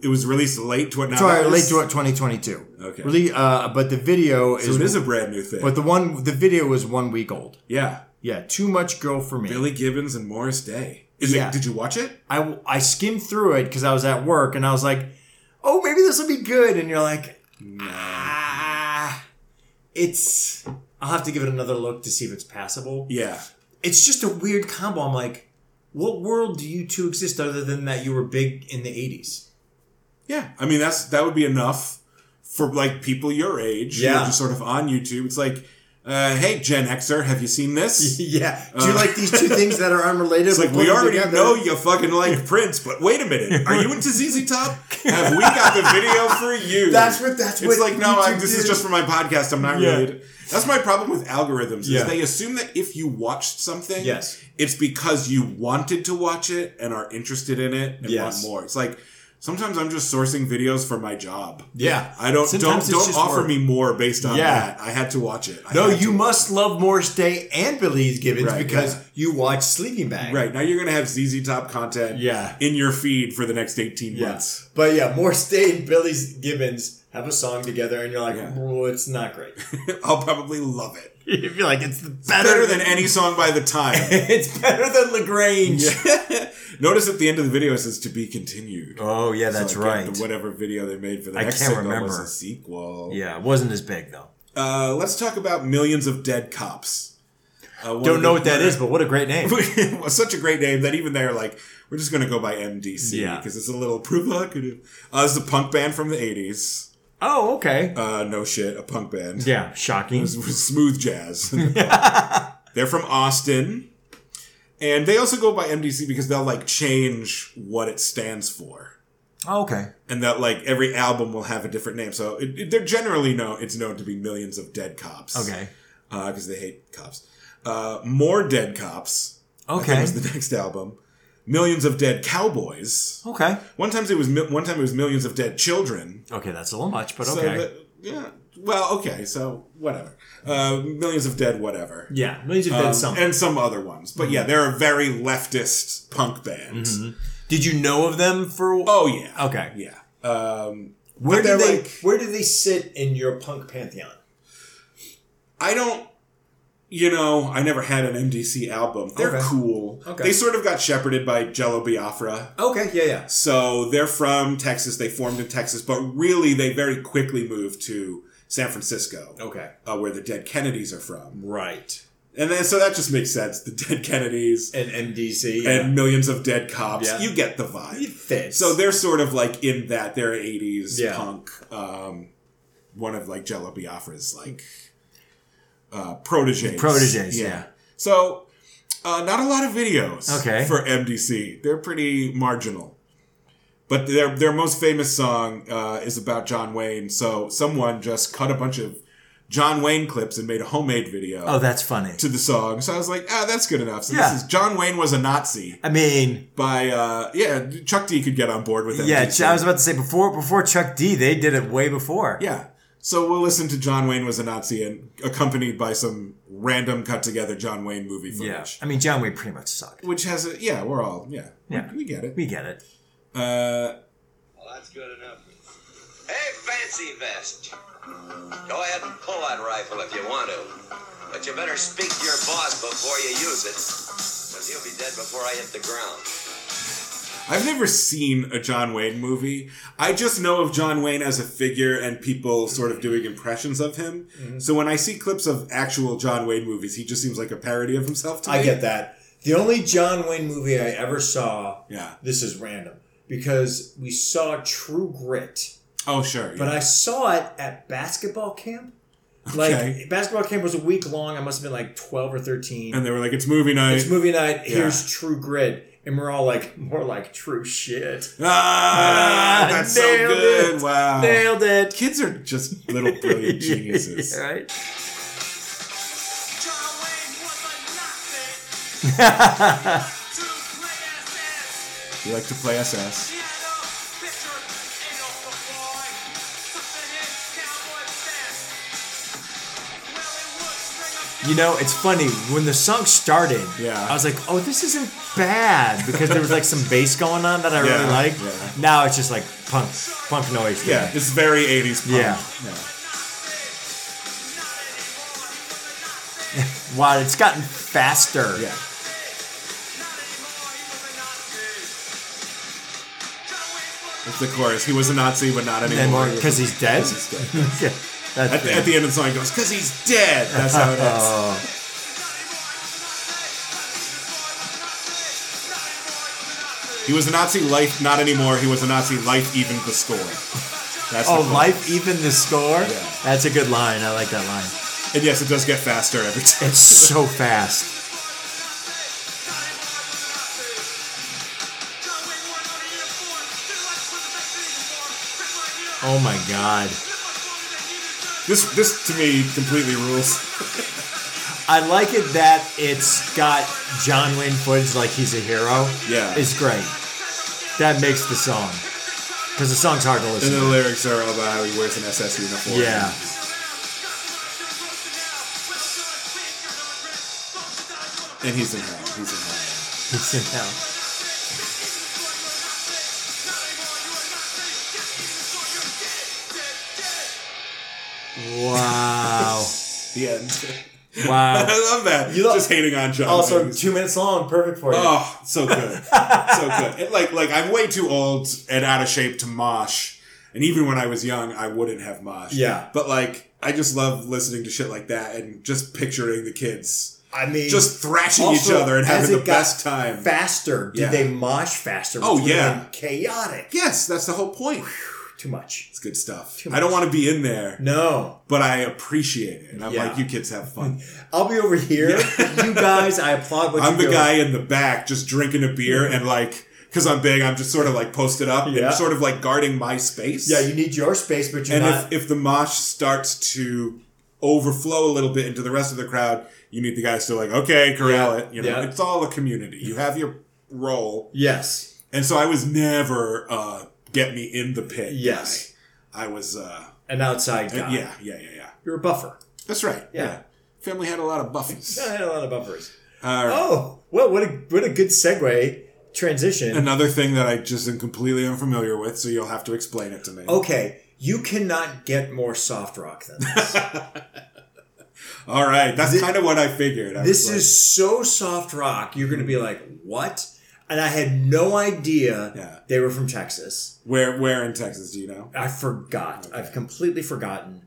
Speaker 2: It was released late. Tw- now
Speaker 1: Sorry,
Speaker 2: that
Speaker 1: late
Speaker 2: was-
Speaker 1: 2022.
Speaker 2: Okay.
Speaker 1: Rele- uh, but the video
Speaker 2: So
Speaker 1: is,
Speaker 2: it is a brand new thing.
Speaker 1: but the one the video was one week old.
Speaker 2: yeah,
Speaker 1: Yeah, too much girl for me.
Speaker 2: Billy Gibbons and Morris Day. Is
Speaker 1: Yeah.
Speaker 2: it? Did you watch it?
Speaker 1: I, I skimmed through it because I was at work and I was like, oh, maybe this will be good. And you're like, ah, it's. I'll have to give it another look to see if it's passable.
Speaker 2: Yeah.
Speaker 1: It's just a weird combo. I'm like, what world do you two exist other than that you were big in the 80s?
Speaker 2: Yeah, I mean that's that would be enough for like people your age. Yeah,
Speaker 1: Yeah.
Speaker 2: just sort of on YouTube. It's like, uh, hey Gen Xer, have you seen this?
Speaker 1: yeah. Do you like these two things that are unrelated?
Speaker 2: It's like
Speaker 1: but put
Speaker 2: we
Speaker 1: them
Speaker 2: already
Speaker 1: together?
Speaker 2: know you fucking like Prince, but wait a minute, are you into ZZ Top? Have we got the video for you?
Speaker 1: That's what- that's
Speaker 2: it's
Speaker 1: what
Speaker 2: like. No, I,
Speaker 1: YouTube
Speaker 2: this is
Speaker 1: did.
Speaker 2: just for my podcast. I'm not
Speaker 1: Yeah.
Speaker 2: really. That's my problem with algorithms. Is
Speaker 1: Yeah.
Speaker 2: they assume that if you watched something,
Speaker 1: Yes.
Speaker 2: it's because you wanted to watch it and are interested in it and
Speaker 1: Yes.
Speaker 2: want more. It's like sometimes I'm just sourcing videos for my job.
Speaker 1: Yeah.
Speaker 2: I don't
Speaker 1: Sometimes it's
Speaker 2: don't don't
Speaker 1: just
Speaker 2: offer
Speaker 1: work.
Speaker 2: me more based on
Speaker 1: Yeah.
Speaker 2: that. I had to watch it. I
Speaker 1: No,
Speaker 2: had
Speaker 1: you
Speaker 2: to.
Speaker 1: must love Morris Day and Billy Gibbons
Speaker 2: Right,
Speaker 1: because
Speaker 2: yeah.
Speaker 1: you watch Sleeping Bag.
Speaker 2: Right now, you're gonna have ZZ Top content,
Speaker 1: Yeah.
Speaker 2: in your feed for the next 18 months.
Speaker 1: Yes. But yeah, Morris Day and Billy Gibbons have a song together, and you're like,
Speaker 2: Yeah.
Speaker 1: "Whoa, it's not great.
Speaker 2: I'll probably love it.
Speaker 1: you feel like it's the
Speaker 2: Better than any song by the time.
Speaker 1: it's better than Lagrange.
Speaker 2: Notice at the end of the video it says to be continued.
Speaker 1: Oh yeah,
Speaker 2: So
Speaker 1: that's
Speaker 2: I get
Speaker 1: right.
Speaker 2: the Whatever video they made for the
Speaker 1: I
Speaker 2: next
Speaker 1: can't
Speaker 2: single was
Speaker 1: remember.
Speaker 2: a sequel.
Speaker 1: yeah, it wasn't as big though.
Speaker 2: Uh, let's talk about millions of dead cops. Uh, one of
Speaker 1: Don't
Speaker 2: the-
Speaker 1: know what that is, but what a great name.
Speaker 2: was such a great name that even they're like, we're just going to go by MDC because
Speaker 1: Yeah.
Speaker 2: it's a little provocative. Uh, it's a punk band from the 80s.
Speaker 1: Oh, okay.
Speaker 2: Uh, no shit, a punk band.
Speaker 1: yeah, shocking.
Speaker 2: It was smooth jazz. they They're from Austin. And they also go by MDC because they'll like change what it stands for.
Speaker 1: Oh, okay.
Speaker 2: And that like every album will have a different name. So it, it- they're generally known, it's known to be millions of dead cops.
Speaker 1: Okay.
Speaker 2: Because they hate cops. Uh, More Dead Cops. I think,
Speaker 1: Okay.
Speaker 2: was the next album. Millions of Dead Cowboys.
Speaker 1: Okay.
Speaker 2: One time it was mil- one time it was millions of dead children.
Speaker 1: Okay, that's a little much, but
Speaker 2: So
Speaker 1: okay.
Speaker 2: that- yeah. Well, okay. So whatever. Uh, millions of dead, whatever.
Speaker 1: yeah, millions of
Speaker 2: Um,
Speaker 1: dead something.
Speaker 2: and some other ones, but
Speaker 1: Mm-hmm.
Speaker 2: yeah, they're a very leftist punk band.
Speaker 1: Did you know of them for?
Speaker 2: Oh yeah.
Speaker 1: Mm-hmm. Okay.
Speaker 2: Yeah. Um,
Speaker 1: where
Speaker 2: but
Speaker 1: do
Speaker 2: they're
Speaker 1: they
Speaker 2: like-
Speaker 1: Where do they sit in your punk pantheon?
Speaker 2: I don't. You know, I never had an MDC album. They're
Speaker 1: Okay.
Speaker 2: cool.
Speaker 1: Okay.
Speaker 2: They sort of got shepherded by Jello Biafra.
Speaker 1: Okay. Yeah. Yeah.
Speaker 2: So they're from Texas. They formed in Texas, but really they very quickly moved to San Francisco,
Speaker 1: Okay.
Speaker 2: uh, where the Dead Kennedys are from.
Speaker 1: Right.
Speaker 2: And then, so that just makes sense. The dead Kennedys
Speaker 1: And MDC.
Speaker 2: and millions of dead cops.
Speaker 1: Yeah.
Speaker 2: You get the vibe.
Speaker 1: fits.
Speaker 2: So they're sort of like in that. They're 80s
Speaker 1: Yeah.
Speaker 2: punk. Um, one of like Jello Biafra's like uh, proteges.
Speaker 1: Proteges, yeah.
Speaker 2: So uh, not a lot of videos
Speaker 1: Okay.
Speaker 2: for MDC. They're pretty marginal. But their, their most famous song uh, is about John Wayne. So someone just cut a bunch of John Wayne clips and made a homemade video
Speaker 1: oh, that's funny.
Speaker 2: to the song. So I was like, ah, that's good enough. So
Speaker 1: Yeah.
Speaker 2: this is John Wayne was a Nazi
Speaker 1: I mean,
Speaker 2: by uh yeah, Chuck D could get on board with that.
Speaker 1: yeah. I was about to say before before Chuck D, they did it way before.
Speaker 2: Yeah. So we'll listen to John Wayne was a Nazi and accompanied by some random cut together John Wayne movie
Speaker 1: Yeah.
Speaker 2: footage.
Speaker 1: I mean, John Wayne pretty much sucked.
Speaker 2: Which has a yeah, we're all yeah. we-
Speaker 1: Yeah.
Speaker 2: We, get it.
Speaker 1: We get it.
Speaker 2: Uh
Speaker 5: Well, that's good enough. Hey, fancy vest. Go ahead and pull that rifle if you want to. But you better speak to your boss before you use it. Because he'll be dead before I hit the ground.
Speaker 2: I've never seen a John Wayne movie. I just know of John Wayne as a figure and people sort of doing impressions of him.
Speaker 1: Mm-hmm.
Speaker 2: So when I see clips of actual John Wayne movies, he just seems like a parody of himself to me.
Speaker 1: I get that. The only John Wayne movie I ever saw.
Speaker 2: Yeah.
Speaker 1: This is random because we saw True Grit.
Speaker 2: Oh, sure.
Speaker 1: But
Speaker 2: yeah.
Speaker 1: I saw it at basketball camp. Like
Speaker 2: Okay.
Speaker 1: basketball camp was a week long. I must have been like twelve or thirteen.
Speaker 2: and they were like, "It's movie night."
Speaker 1: it's movie night.
Speaker 2: Yeah.
Speaker 1: Here's True Grit, and we're all like, more like True Shit.
Speaker 2: ah,
Speaker 1: Ah,
Speaker 2: that's so
Speaker 1: nailed
Speaker 2: good!
Speaker 1: it.
Speaker 2: Wow,
Speaker 1: Nailed it.
Speaker 2: kids are just little brilliant geniuses.
Speaker 1: Yeah, right.
Speaker 6: John Wayne was a Nazi. True great SS.
Speaker 2: You like to play SS?
Speaker 6: He had a picture in off the boy. Took the hit cowboy fast. Well, it would string up
Speaker 1: You know, it's funny when the song started.
Speaker 2: Yeah.
Speaker 1: I was like, oh, this isn't bad because there was like some bass going on that I
Speaker 2: Yeah,
Speaker 1: really liked.
Speaker 2: yeah.
Speaker 1: Now it's just like punk, punk noise. to
Speaker 2: Yeah,
Speaker 1: me.
Speaker 2: it's very '80s. Punk.
Speaker 1: Yeah.
Speaker 2: yeah.
Speaker 1: Wow, it's gotten faster.
Speaker 2: Yeah. That's the chorus. He was a Nazi, but not anymore.
Speaker 1: Because he's dead.
Speaker 2: He's dead.
Speaker 1: yeah. That's
Speaker 2: At, the,
Speaker 1: fair.
Speaker 2: at the end of the song, he goes, "Cause he's dead." That's how it ends. He was a Nazi life, not anymore. He was a Nazi life, even the score. That's the
Speaker 1: Oh,
Speaker 2: chorus.
Speaker 1: life even the score?
Speaker 2: Yeah.
Speaker 1: That's a good line. I like that line.
Speaker 2: And yes, it does get faster every time.
Speaker 1: It's so fast. Oh my god.
Speaker 2: This, this to me completely rules.
Speaker 1: I like it that it's got John Wayne footage like he's a hero.
Speaker 2: Yeah.
Speaker 1: It's great. That makes the song. Because the song's hard to
Speaker 2: And
Speaker 1: listen
Speaker 2: the
Speaker 1: to.
Speaker 2: lyrics are all about how he wears an SS uniform.
Speaker 1: Yeah.
Speaker 2: And he's in hell. He's in hell.
Speaker 1: It's in hell. Wow.
Speaker 2: The end.
Speaker 1: Wow.
Speaker 2: I love that.
Speaker 1: You love-
Speaker 2: Just hating on John.
Speaker 1: Also,
Speaker 2: Wayne.
Speaker 1: two minutes long. Perfect for you.
Speaker 2: Oh, so good, so good. It, like, like I'm way too old and out of shape to mosh. And even when I was young, I wouldn't have mosh.
Speaker 1: Yeah.
Speaker 2: But like, I just love listening to shit like that and just picturing the kids
Speaker 1: I mean,
Speaker 2: just thrashing each
Speaker 1: Also,
Speaker 2: other and
Speaker 1: as
Speaker 2: having the
Speaker 1: it got
Speaker 2: best time.
Speaker 1: faster. Did
Speaker 2: Yeah.
Speaker 1: they mosh faster?
Speaker 2: Oh,
Speaker 1: which would've
Speaker 2: yeah.
Speaker 1: been chaotic.
Speaker 2: yes, that's the whole point.
Speaker 1: Too much.
Speaker 2: It's good stuff.
Speaker 1: Too
Speaker 2: I don't
Speaker 1: much.
Speaker 2: want to be in there,
Speaker 1: No.
Speaker 2: but I appreciate it. And I'm
Speaker 1: Yeah.
Speaker 2: like, you kids have fun.
Speaker 1: I'll be over here. you guys, I applaud what
Speaker 2: I'm
Speaker 1: you're
Speaker 2: the
Speaker 1: doing.
Speaker 2: guy in the back just drinking a beer and like, because I'm big, I'm just sort of like posted up
Speaker 1: Yeah.
Speaker 2: and sort of like guarding my space.
Speaker 1: Yeah, you need your space, but you're
Speaker 2: and
Speaker 1: not.
Speaker 2: if, if the mosh starts to overflow a little bit into the rest of the crowd, you need the guys to like, okay, corral
Speaker 1: Yeah.
Speaker 2: it. You know,
Speaker 1: Yeah.
Speaker 2: it's all a community. You have your role.
Speaker 1: yes.
Speaker 2: And so I was never uh, get me in the pit.
Speaker 1: Yes.
Speaker 2: guy. I was, uh,
Speaker 1: An outside guy.
Speaker 2: yeah, yeah, yeah, yeah.
Speaker 1: You're a buffer.
Speaker 2: That's right.
Speaker 1: Yeah.
Speaker 2: Family had a lot of buffers.
Speaker 1: I had a lot of buffers.
Speaker 2: Uh,
Speaker 1: Oh, well, what a, what a good segue transition.
Speaker 2: Another thing that I just am completely unfamiliar with, so you'll have to explain it to me.
Speaker 1: Okay, you cannot get more soft rock than this.
Speaker 2: All right. That's
Speaker 1: Thi-
Speaker 2: kind of what I figured. I
Speaker 1: this
Speaker 2: was like-
Speaker 1: is so soft rock, you're going to be like, what? And I had no idea
Speaker 2: Yeah.
Speaker 1: they were from Texas.
Speaker 2: where where in Texas, do you know?
Speaker 1: I forgot. I've completely forgotten.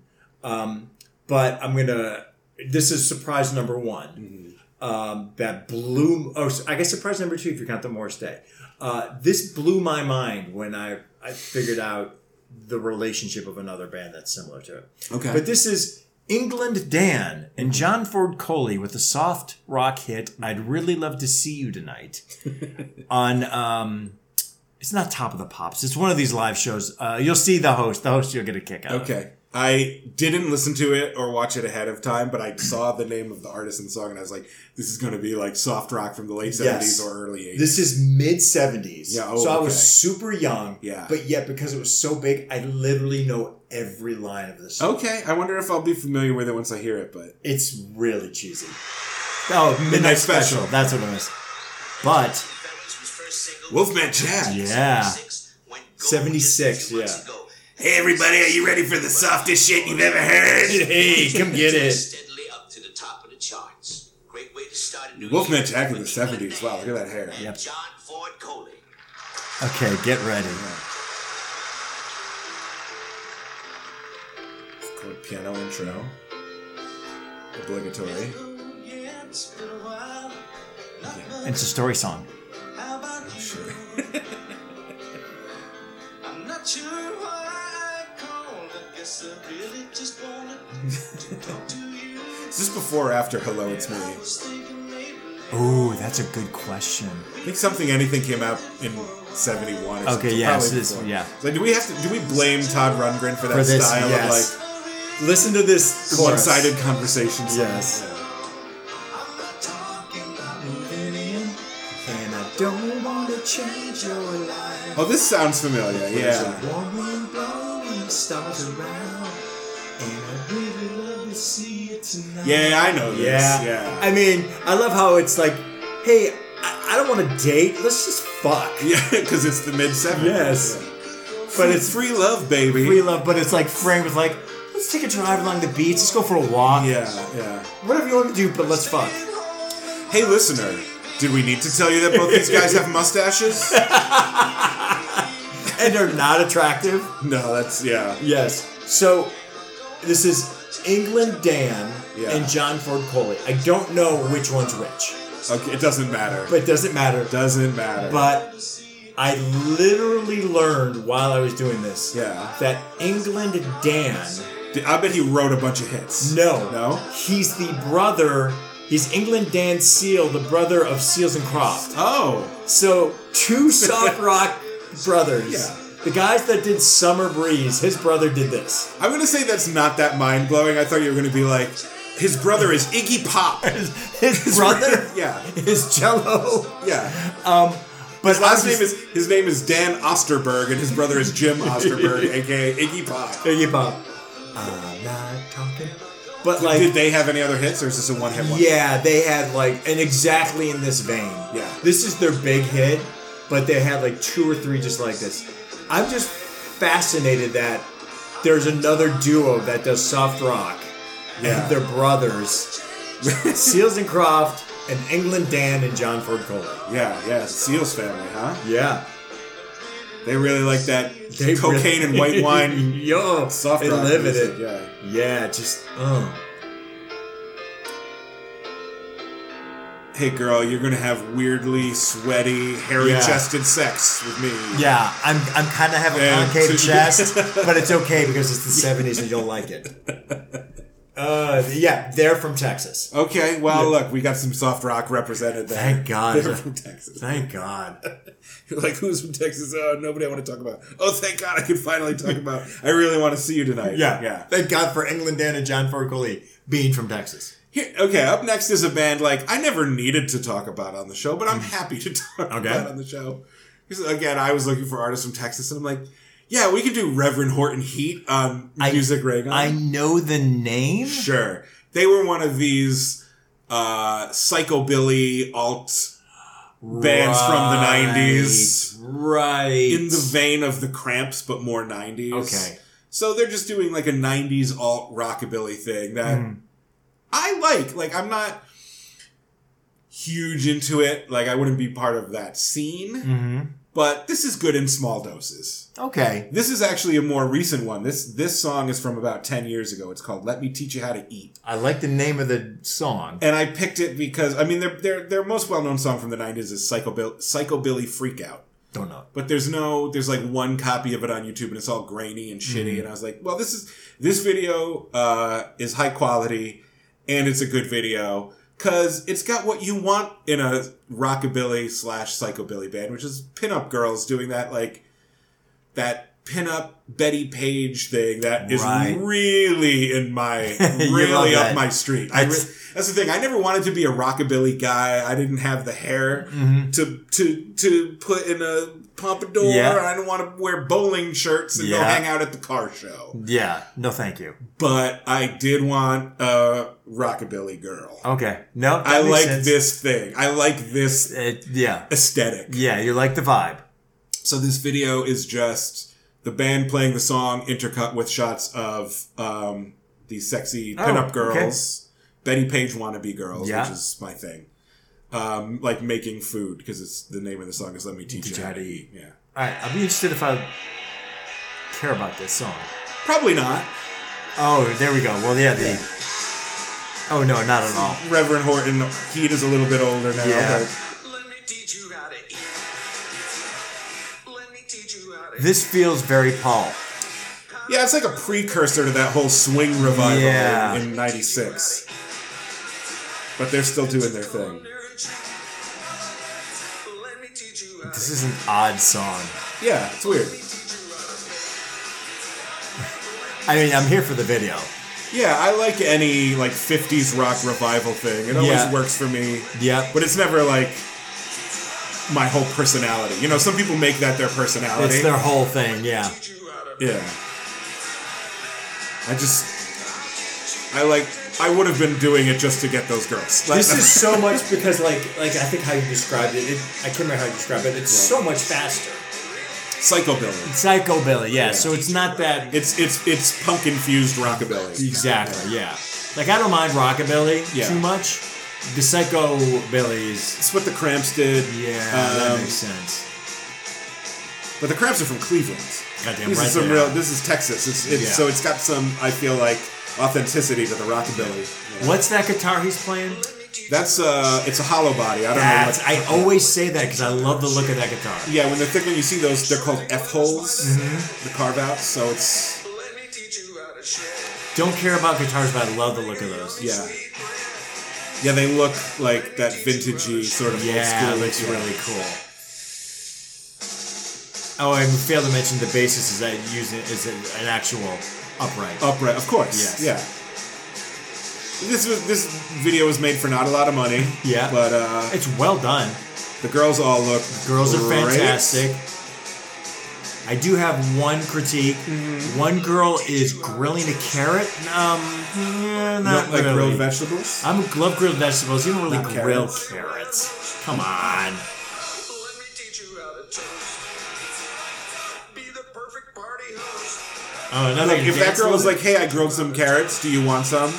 Speaker 1: Um, but I'm going to. This is surprise number one.
Speaker 2: Mm-hmm.
Speaker 1: Um, that blew. Oh, I guess surprise number two if you count the Morris Day. Uh, this blew my mind when I, I figured out the relationship of another band that's similar to it.
Speaker 2: Okay.
Speaker 1: But this is England Dan and John Ford Coley with the soft rock hit "I'd Really Love to See You Tonight" on. Um, it's not Top of the Pops. It's one of these live shows. Uh, you'll see the host. The host, you'll get a kick out. of.
Speaker 2: Okay. I didn't listen to it or watch it ahead of time, but I saw the name of the artist and song, and I was like, "This is going to be like soft rock from the late
Speaker 1: Yes.
Speaker 2: seventies or early 80s.
Speaker 1: This is mid seventies.
Speaker 2: Yeah, oh,
Speaker 1: so I
Speaker 2: okay.
Speaker 1: was super young.
Speaker 2: Yeah.
Speaker 1: But yet, because it was so big, I literally know every line of this. song.
Speaker 2: Okay, I wonder if I'll be familiar with it once I hear it, but
Speaker 1: It's really cheesy. Oh, midnight,
Speaker 2: Special.
Speaker 1: That's what it was. But
Speaker 2: Wolfman Jack.
Speaker 1: yeah, 76, yeah.
Speaker 2: Hey everybody, are you ready for the softest shit you've ever heard?
Speaker 1: hey, come get it.
Speaker 5: Steadily up to the top of the charts. Great way to start a new
Speaker 2: Wolfman
Speaker 5: year
Speaker 2: Jack in
Speaker 5: with
Speaker 2: the seventies. Wow,
Speaker 5: England
Speaker 2: look at that hair.
Speaker 5: and
Speaker 1: Yep.
Speaker 5: John Ford Coley.
Speaker 1: Okay, get ready.
Speaker 2: Cool piano intro. Obligatory.
Speaker 1: And it's a story song.
Speaker 2: Sure.
Speaker 6: I'm not sure why I called. I guess I really just wanted to talk to you.
Speaker 2: Is this before or after Hello It's Me?
Speaker 6: I was thinking maybe
Speaker 1: Ooh, that's a good question.
Speaker 2: I think something anything came out in seventy one or
Speaker 1: Okay,
Speaker 2: something.
Speaker 1: yeah,
Speaker 2: Probably
Speaker 1: so this-
Speaker 2: before.
Speaker 1: yeah.
Speaker 2: So do we have to do we blame Todd Rundgren for that
Speaker 1: For this,
Speaker 2: style
Speaker 1: yes.
Speaker 2: of like
Speaker 1: Listen to this
Speaker 2: one-sided conversations.
Speaker 1: Yes.
Speaker 6: I'm not talking about moving in.
Speaker 1: And I don't want to change your life.
Speaker 2: Oh, this sounds familiar.
Speaker 1: There's a
Speaker 2: Yeah.
Speaker 1: woman blowing stars around, and I really love to see you tonight.
Speaker 2: Yeah, I know this.
Speaker 1: Yeah.
Speaker 2: Yeah.
Speaker 1: I mean, I love how it's like, hey, I, I don't want to date. Let's just fuck.
Speaker 2: Yeah, because it's the mid 70s.
Speaker 1: Yes.
Speaker 2: But it's free love, baby.
Speaker 1: We love, but it's like framed with like, let's take a drive along the beach. Let's go for a walk.
Speaker 2: Yeah, yeah.
Speaker 1: Whatever you want to do, but let's fuck.
Speaker 2: Hey, listener, did we need to tell you that both these guys have mustaches?
Speaker 1: And they're not attractive.
Speaker 2: no, that's, yeah.
Speaker 1: Yes. So this is England Dan
Speaker 2: Yeah.
Speaker 1: and John Ford Coley. I don't know which one's which,
Speaker 2: Okay, it doesn't matter.
Speaker 1: but it doesn't matter.
Speaker 2: doesn't matter.
Speaker 1: But I literally learned while I was doing this
Speaker 2: Yeah.
Speaker 1: that England Dan,
Speaker 2: D- I bet he wrote a bunch of hits.
Speaker 1: no,
Speaker 2: No?
Speaker 1: he's the brother. He's England Dan Seal, the brother of Seals and Croft.
Speaker 2: Oh.
Speaker 1: So two soft rock brothers.
Speaker 2: Yeah.
Speaker 1: The guys that did Summer Breeze, his brother did this.
Speaker 2: I'm going to say that's not that mind blowing. I thought you were going to be like, his brother is Iggy Pop.
Speaker 1: His brother
Speaker 2: yeah.
Speaker 1: is Jello.
Speaker 2: Yeah.
Speaker 1: Um, but
Speaker 2: His last
Speaker 1: I was-
Speaker 2: name is his name is Dan Osterberg, and his brother is Jim Osterberg, aka Iggy Pop.
Speaker 1: Iggy Pop. I'm not talking. But
Speaker 2: Did
Speaker 1: like,
Speaker 2: they have any other hits, or is this a one-hit one?
Speaker 1: yeah, they had like, and exactly in this vein.
Speaker 2: Yeah.
Speaker 1: This is their big hit, but they had like two or three just like this. I'm just fascinated that there's another duo that does soft rock.
Speaker 2: Yeah.
Speaker 1: And they're brothers, Seals and Croft, and England Dan and John Ford Coley.
Speaker 2: Yeah, yeah, Seals family, huh?
Speaker 1: Yeah.
Speaker 2: They really like that
Speaker 1: They
Speaker 2: cocaine
Speaker 1: really-
Speaker 2: and white wine
Speaker 1: Yo,
Speaker 2: soft
Speaker 1: they
Speaker 2: rock
Speaker 1: live in
Speaker 2: music,
Speaker 1: it.
Speaker 2: Yeah.
Speaker 1: Yeah, just oh.
Speaker 2: hey girl, you're gonna have weirdly sweaty, hairy-chested sex with me.
Speaker 1: Yeah, I'm I'm kind of have a
Speaker 2: Yeah,
Speaker 1: concave
Speaker 2: too.
Speaker 1: chest, but it's okay because it's the '70s and you'll like it. Uh, yeah, they're from Texas.
Speaker 2: Okay, well, look, we got some soft rock represented there.
Speaker 1: Thank God.
Speaker 2: They're from Texas.
Speaker 1: Thank God.
Speaker 2: You're like, who's from Texas? Oh, nobody I want to talk about. Oh, thank God I can finally talk about. I really want to see you tonight.
Speaker 1: Yeah,
Speaker 2: yeah.
Speaker 1: Thank God for England Dan and John Fercoli being from Texas.
Speaker 2: Here, okay, up next is a band like I never needed to talk about on the show, but I'm happy to talk
Speaker 1: Mm. Okay.
Speaker 2: about on the show. Because again, I was looking for artists from Texas, and I'm like, yeah, we could do Reverend Horton Heat on
Speaker 1: I-
Speaker 2: Music Raygun.
Speaker 1: I know the name.
Speaker 2: sure. They were one of these uh, psychobilly alt bands from the
Speaker 1: Right,
Speaker 2: 90s.
Speaker 1: Right.
Speaker 2: in the vein of the Cramps, but more 90s.
Speaker 1: Okay.
Speaker 2: So they're just doing like a 90s alt rockabilly thing that I like. Like, I'm not huge into it. Like, I wouldn't be part of that scene,
Speaker 1: Mhm.
Speaker 2: but this is good in small doses.
Speaker 1: Okay.
Speaker 2: This is actually a more recent one. This this song is from about 10 years ago. It's called Let Me Teach You How to Eat.
Speaker 1: I like the name of the song.
Speaker 2: And I picked it because I mean their their their most well-known song from the 90s is Psychobill Psychobilly Freakout.
Speaker 1: Don't know.
Speaker 2: but there's no there's like one copy of it on youtube and it's all grainy and
Speaker 1: Mm-hmm.
Speaker 2: shitty and i was like well this is this video uh is high quality and it's a good video because it's got what you want in a rockabilly slash psychobilly band which is pinup girls doing that like that pinup betty page thing that is
Speaker 1: Right.
Speaker 2: really in my
Speaker 1: You
Speaker 2: really
Speaker 1: love
Speaker 2: up
Speaker 1: that.
Speaker 2: my street I re-
Speaker 1: That's-
Speaker 2: that's the thing i never wanted to be a rockabilly guy i didn't have the hair
Speaker 1: Mm-hmm.
Speaker 2: to to to put in a pompadour.
Speaker 1: Yeah.
Speaker 2: I don't want to wear bowling shirts and go
Speaker 1: Yeah.
Speaker 2: hang out at the car show.
Speaker 1: Yeah. No, thank you.
Speaker 2: But I did want a rockabilly girl.
Speaker 1: Okay. No, Oh, that
Speaker 2: I
Speaker 1: makes
Speaker 2: like
Speaker 1: sense.
Speaker 2: this thing. I like this
Speaker 1: It, yeah.
Speaker 2: aesthetic.
Speaker 1: Yeah, you like the vibe.
Speaker 2: So this video is just the band playing the song intercut with shots of um, these sexy
Speaker 1: Oh,
Speaker 2: pinup
Speaker 1: okay.
Speaker 2: girls, Betty Page wannabe girls,
Speaker 1: Yeah.
Speaker 2: which is my thing. Um, like making food because it's the name of the song is "Let Me Teach, You How to Eat." Yeah,
Speaker 1: All right, I'll be interested if I care about this song.
Speaker 2: probably not.
Speaker 1: Oh, there we go. Well, yeah, the. Oh no, not at all.
Speaker 2: Reverend Horton, Heat is a little bit older now.
Speaker 1: Yeah.
Speaker 7: Let me teach you how to eat. Let me teach you how to
Speaker 1: This feels very Paul.
Speaker 2: but- yeah, it's like a precursor to that whole swing revival
Speaker 1: Yeah.
Speaker 2: in '96. But they're still doing their thing.
Speaker 7: Let me teach you how to
Speaker 1: This is an odd song.
Speaker 2: Yeah, it's weird.
Speaker 1: I mean, I'm here for the video.
Speaker 2: Yeah, I like any like '50s rock revival thing. It always
Speaker 1: Yeah.
Speaker 2: works for me.
Speaker 1: Yep.
Speaker 2: but it's never like my whole personality. You know, some people make that their personality.
Speaker 1: It's their whole thing. Yeah.
Speaker 7: teach you how to
Speaker 2: Yeah. I just. I like. I would have been doing it just to get those girls. Like,
Speaker 1: This is so much because, like, like I think how you described it. it I can't remember how you described it. It's so much faster.
Speaker 2: psychobilly.
Speaker 1: Psychobilly, yeah. So it's not that
Speaker 2: It's it's it's punk infused rockabilly.
Speaker 1: exactly. Yeah. Like I don't mind rockabilly
Speaker 2: Yeah.
Speaker 1: too much. The psychobilly is.
Speaker 2: It's what the Cramps did.
Speaker 1: Yeah,
Speaker 2: Um,
Speaker 1: that makes sense.
Speaker 2: But the Cramps are from Cleveland.
Speaker 1: Goddamn
Speaker 2: this
Speaker 1: right
Speaker 2: is some
Speaker 1: they
Speaker 2: real.
Speaker 1: are.
Speaker 2: This is Texas. It's, it's
Speaker 1: Yeah.
Speaker 2: so it's got some. I feel like authenticity to the rockabilly. you know.
Speaker 1: What's that guitar he's playing?
Speaker 2: That's uh. It's a hollow body. I don't
Speaker 1: That's,
Speaker 2: know. what-
Speaker 1: I always say that because I love the look of that guitar.
Speaker 2: Yeah, when they're thick, when you see those, they're called F holes,
Speaker 1: Mm-hmm.
Speaker 2: the carve outs. So it's
Speaker 7: let me teach you how to share.
Speaker 1: Don't care about guitars, but I love the look of those.
Speaker 2: yeah, yeah. They look like that vintagey sort of
Speaker 1: Yeah,
Speaker 2: old
Speaker 1: it
Speaker 2: school.
Speaker 1: looks really cool. Oh, I failed to mention the bassist is that using is an actual upright.
Speaker 2: upright, of course.
Speaker 1: Yes.
Speaker 2: Yeah. This was this video was made for not a lot of money.
Speaker 1: Yeah.
Speaker 2: but uh,
Speaker 1: It's well done.
Speaker 2: the girls all look
Speaker 1: Girls are
Speaker 2: great.
Speaker 1: fantastic. I do have one critique. One girl is grilling a carrot. Um,
Speaker 2: Not
Speaker 1: mm, not
Speaker 2: like
Speaker 1: really.
Speaker 2: grilled vegetables.
Speaker 1: I'm love grilled vegetables. You don't really
Speaker 2: Not
Speaker 1: grill
Speaker 2: carrots.
Speaker 1: carrots. Come on.
Speaker 7: Let me teach you how to toast. Be the perfect party host.
Speaker 1: Oh, another
Speaker 2: Like if that girl was like, "Hey, I grilled some carrots. Do you want some?"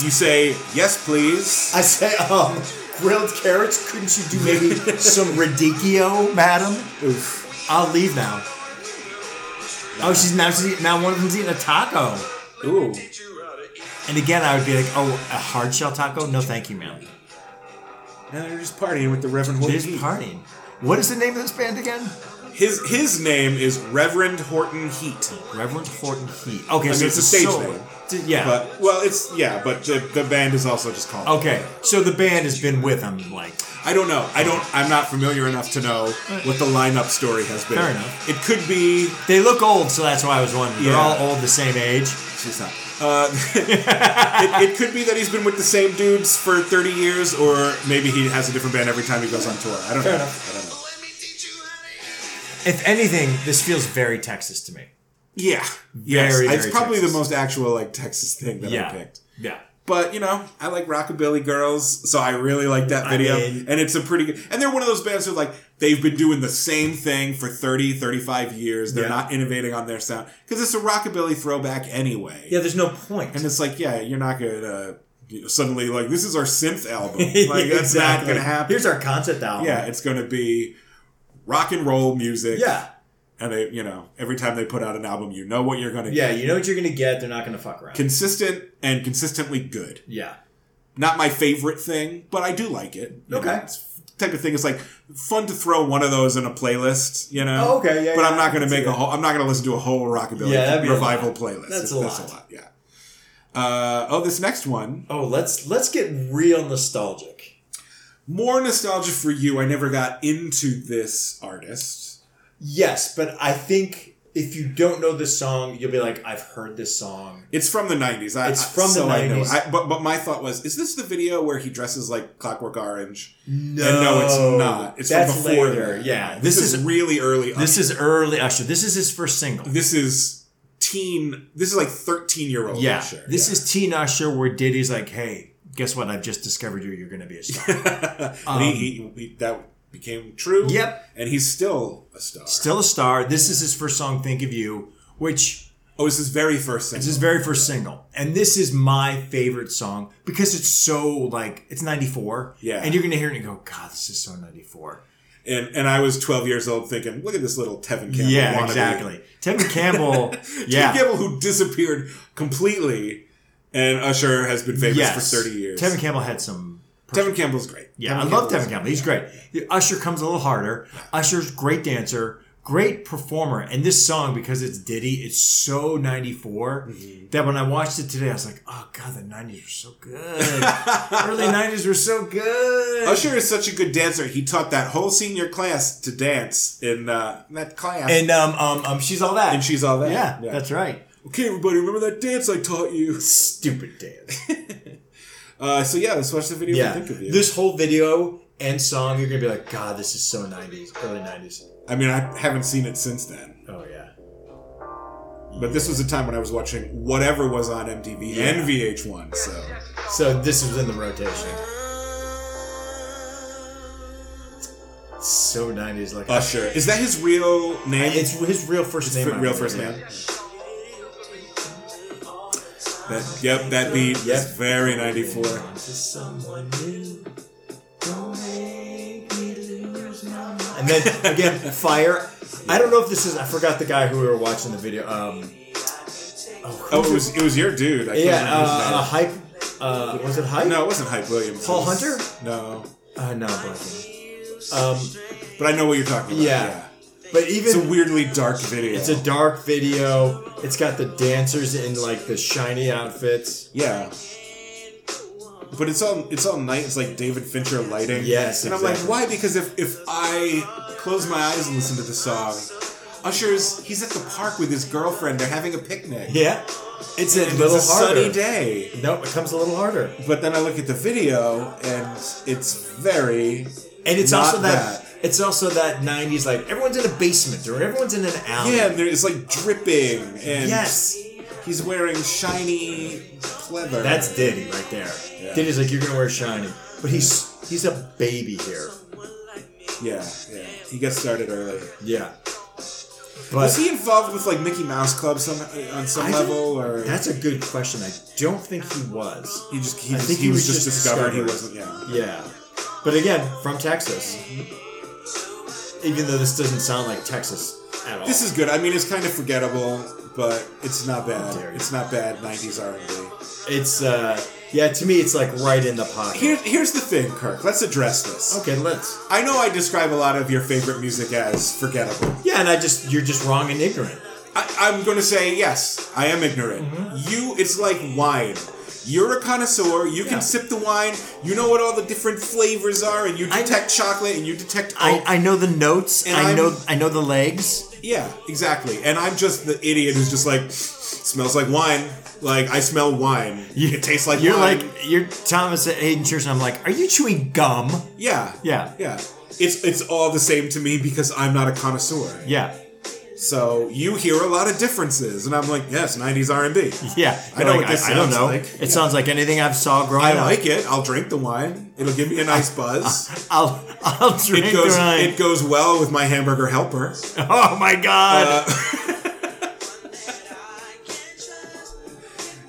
Speaker 2: You say, "Yes, please."
Speaker 1: I say, um, grilled carrots. Couldn't you do maybe some radicchio, madam? Oof. I'll leave now. Oh, she's now she's now one of them's eating a taco.
Speaker 2: Ooh.
Speaker 7: Teach you how to eat.
Speaker 1: And again, I would be like, oh, a hard shell taco? No, thank you, ma'am.
Speaker 2: And they're just partying with the Reverend Horton
Speaker 1: Just
Speaker 2: Heat.
Speaker 1: partying. What is the name of this band again?
Speaker 2: His his name is Reverend Horton Heat.
Speaker 1: Reverend Horton Heat. Okay,
Speaker 2: I mean,
Speaker 1: so
Speaker 2: it's a stage
Speaker 1: solo.
Speaker 2: name.
Speaker 1: D- Yeah.
Speaker 2: But well, it's yeah, but the, the band is also just called.
Speaker 1: okay, so the band has been with him, like,
Speaker 2: I don't know. I don't. I'm not familiar enough to know what the lineup story has been.
Speaker 1: Fair enough.
Speaker 2: It could be.
Speaker 1: they look old, so that's why I was wondering. They're
Speaker 2: Yeah.
Speaker 1: all old the same age.
Speaker 2: She's not. Uh, it, it could be that he's been with the same dudes for 30 years, or maybe he has a different band every time he goes on tour. I don't know. I don't know.
Speaker 7: Let me teach you how to
Speaker 1: If anything, this feels very Texas to me.
Speaker 2: Yeah.
Speaker 1: Very,
Speaker 2: yes.
Speaker 1: very
Speaker 2: it's probably
Speaker 1: Texas.
Speaker 2: the most actual like Texas thing that I
Speaker 1: yeah.
Speaker 2: picked.
Speaker 1: Yeah.
Speaker 2: But you know, I like rockabilly girls, so I really like that
Speaker 1: I
Speaker 2: video.
Speaker 1: mean-
Speaker 2: and it's a pretty good. And they're one of those bands who like they've been doing the same thing for 30, 35 years. They're
Speaker 1: Yeah.
Speaker 2: not innovating on their sound because it's a rockabilly throwback anyway.
Speaker 1: Yeah, there's no point.
Speaker 2: And it's like, yeah, you're not gonna uh, suddenly like this is our synth album. Like that's not
Speaker 1: Exactly.
Speaker 2: gonna happen.
Speaker 1: Here's our concept album.
Speaker 2: yeah, it's gonna be rock and roll music.
Speaker 1: Yeah.
Speaker 2: and they, you know, every time they put out an album, you know what you're gonna
Speaker 1: Yeah,
Speaker 2: get.
Speaker 1: you know what you're gonna get. They're not gonna fuck around.
Speaker 2: Consistent and consistently good.
Speaker 1: yeah,
Speaker 2: not my favorite thing, but I do like it. You
Speaker 1: Okay.
Speaker 2: know, it's f- type of thing. It's like fun to throw one of those in a playlist, you know.
Speaker 1: Oh, okay, yeah,
Speaker 2: But I'm
Speaker 1: yeah,
Speaker 2: not going
Speaker 1: that's
Speaker 2: to make
Speaker 1: good.
Speaker 2: a whole. I'm not going to listen to a whole rockabilly
Speaker 1: Yeah, that'd be a
Speaker 2: revival
Speaker 1: lot.
Speaker 2: playlist. It's-
Speaker 1: That's a lot.
Speaker 2: That's a lot. Yeah. Uh, oh, this next one
Speaker 1: Oh, let's let's get real nostalgic.
Speaker 2: more nostalgia for you. I never got into this artist.
Speaker 1: Yes, but I think if you don't know this song, you'll be like, I've heard this song.
Speaker 2: It's from the '90s. I,
Speaker 1: It's
Speaker 2: I-
Speaker 1: from the
Speaker 2: so I know.
Speaker 1: 90s.
Speaker 2: I- but but my thought was, is this the video where he dresses like Clockwork Orange?
Speaker 1: No,
Speaker 2: and no, it's not. It's from before that.
Speaker 1: Yeah,
Speaker 2: this, is, really early.
Speaker 1: this is early Usher. This is his first single.
Speaker 2: this is teen this is like 13 year old
Speaker 1: yeah,
Speaker 2: Usher.
Speaker 1: this is Teen Usher, where Diddy's like, "Hey, guess what? I've just discovered you. You're gonna be a star."
Speaker 2: is he, he, he- that became true
Speaker 1: Um, Yep.
Speaker 2: and he's still a star
Speaker 1: Still a star. This is his first song, "Think of You," which
Speaker 2: oh it's his very first single
Speaker 1: It's his very first single, and this is my favorite song because it's so like it's '94.
Speaker 2: Yeah.
Speaker 1: and you're gonna hear it and go, "God, this is so '94."
Speaker 2: and and I was 12 years old thinking look at this little Tevin Campbell
Speaker 1: Yeah,
Speaker 2: wannabe.
Speaker 1: exactly. Tevin Campbell.
Speaker 2: Tevin
Speaker 1: yeah,
Speaker 2: Campbell who disappeared completely and Usher has been famous
Speaker 1: yes.
Speaker 2: for 30 years
Speaker 1: Tevin Campbell had some.
Speaker 2: Tevin Campbell's great
Speaker 1: Yeah, I love Tevin Campbell. He's great. The Usher comes a little harder. Usher's great dancer, great performer, and this song because it's Diddy, it's so '94
Speaker 2: Mm-hmm.
Speaker 1: that when I watched it today, I was like, "Oh God, the '90s were so good. Early '90s were so good."
Speaker 2: Usher is such a good dancer. He taught that whole senior class to dance in uh, that class.
Speaker 1: And um, um, um, she's all that.
Speaker 2: And she's all that.
Speaker 1: Yeah,
Speaker 2: Yeah.
Speaker 1: that's right.
Speaker 2: okay, everybody, remember that dance I taught you?
Speaker 1: Stupid dance.
Speaker 2: Uh, so yeah, let's watch the video.
Speaker 1: yeah.
Speaker 2: and think of you.
Speaker 1: This whole video and song, you're gonna be like, God, this is so '90s, early '90s.
Speaker 2: I mean, I haven't seen it since then,
Speaker 1: Oh yeah.
Speaker 2: but this was a time when I was watching whatever was on MTV
Speaker 1: Yeah.
Speaker 2: and VH1. So
Speaker 1: So this was in the rotation. So '90s, like
Speaker 2: Usher is that his real name?
Speaker 1: It's his real first
Speaker 2: His
Speaker 1: name.
Speaker 2: fi-
Speaker 1: I
Speaker 2: real
Speaker 1: believe,
Speaker 2: first
Speaker 1: yeah.
Speaker 2: name. That, yep, that beat is
Speaker 1: Yep.
Speaker 2: very '94.
Speaker 1: And then again, fire. I don't know if this is. I forgot the guy who we were watching the video. Um,
Speaker 2: Oh, it was it was your dude. I can't
Speaker 1: yeah,
Speaker 2: remember his
Speaker 1: uh,
Speaker 2: name.
Speaker 1: uh, hype. Uh, was it hype?
Speaker 2: no, it wasn't Hype Williams.
Speaker 1: Paul
Speaker 2: It was-
Speaker 1: Hunter?
Speaker 2: No,
Speaker 1: Uh, no, I'm blanking. Um,
Speaker 2: but I know what you're talking about.
Speaker 1: Yeah.
Speaker 2: Yeah.
Speaker 1: but
Speaker 2: It's a
Speaker 1: even
Speaker 2: weirdly dark video.
Speaker 1: it's a dark video. It's got the dancers in like the shiny outfits.
Speaker 2: Yeah. But it's all it's all night. It's like David Fincher lighting.
Speaker 1: Yes,
Speaker 2: and I'm like,
Speaker 1: exactly.
Speaker 2: why? Because if if I close my eyes and listen to the song, Usher's he's at the park with his girlfriend. They're having a picnic.
Speaker 1: Yeah, it's a
Speaker 2: and
Speaker 1: little
Speaker 2: it's a
Speaker 1: harder.
Speaker 2: sunny day.
Speaker 1: Nope, it comes a little harder.
Speaker 2: But then I look at the video and it's very
Speaker 1: And it's
Speaker 2: Not
Speaker 1: also that, it's also that '90s like everyone's in a basement or everyone's in an alley.
Speaker 2: yeah. And there, it's like dripping and
Speaker 1: yes,
Speaker 2: he's wearing shiny pleather.
Speaker 1: that's Diddy right there.
Speaker 2: Yeah.
Speaker 1: Diddy's like you're gonna wear shiny, but he's he's a baby here.
Speaker 2: yeah. Yeah. He gets started early.
Speaker 1: Yeah, but
Speaker 2: Was he involved with like Mickey Mouse Club some on some
Speaker 1: I don't-
Speaker 2: level or
Speaker 1: that's a good question. I don't think he was.
Speaker 2: He just he,
Speaker 1: I
Speaker 2: just,
Speaker 1: think
Speaker 2: he, was, just discovered, he wasn't
Speaker 1: discovered.
Speaker 2: yeah.
Speaker 1: Yeah. But again, from Texas. Even though this doesn't sound like Texas at all.
Speaker 2: This is good. I mean, it's kind of forgettable, but it's not
Speaker 1: dare
Speaker 2: bad.
Speaker 1: you.
Speaker 2: It's not bad. 90s R&B.
Speaker 1: it's uh Yeah, to me, it's like right in the pocket.
Speaker 2: Here, here's the thing, Kirk. Let's address this.
Speaker 1: Okay, let's.
Speaker 2: I know I describe a lot of your favorite music as forgettable.
Speaker 1: Yeah, and I just you're just wrong and ignorant.
Speaker 2: I, I'm going to say yes. I am ignorant.
Speaker 1: Mm-hmm.
Speaker 2: You, it's like wine. You're a connoisseur. You
Speaker 1: Yeah.
Speaker 2: can sip the wine. You know what all the different flavors are, and you
Speaker 1: I-
Speaker 2: detect chocolate, and you detect. oak.
Speaker 1: I, I know the notes.
Speaker 2: And
Speaker 1: I
Speaker 2: I'm-
Speaker 1: know I know the legs.
Speaker 2: yeah, exactly. And I'm just the idiot who's just like smells like wine. Like I smell wine. It tastes like
Speaker 1: You're
Speaker 2: wine.
Speaker 1: like you're Thomas at Hayden Church, and I'm like, are you chewing gum?
Speaker 2: yeah,
Speaker 1: Yeah.
Speaker 2: yeah. It's it's all the same to me because I'm not a connoisseur.
Speaker 1: Yeah,
Speaker 2: So you hear a lot of differences, and I'm like, yes, '90s R&B.
Speaker 1: yeah.
Speaker 2: I know what this
Speaker 1: I, I don't
Speaker 2: sounds
Speaker 1: know.
Speaker 2: like.
Speaker 1: It
Speaker 2: Yeah.
Speaker 1: sounds like anything I've saw growing
Speaker 2: I
Speaker 1: up.
Speaker 2: like it. I'll drink the wine. It'll give me a nice buzz.
Speaker 1: I'll I'll drink
Speaker 2: It goes.
Speaker 1: wine.
Speaker 2: It goes well with my hamburger helper.
Speaker 1: oh my god!
Speaker 2: Uh,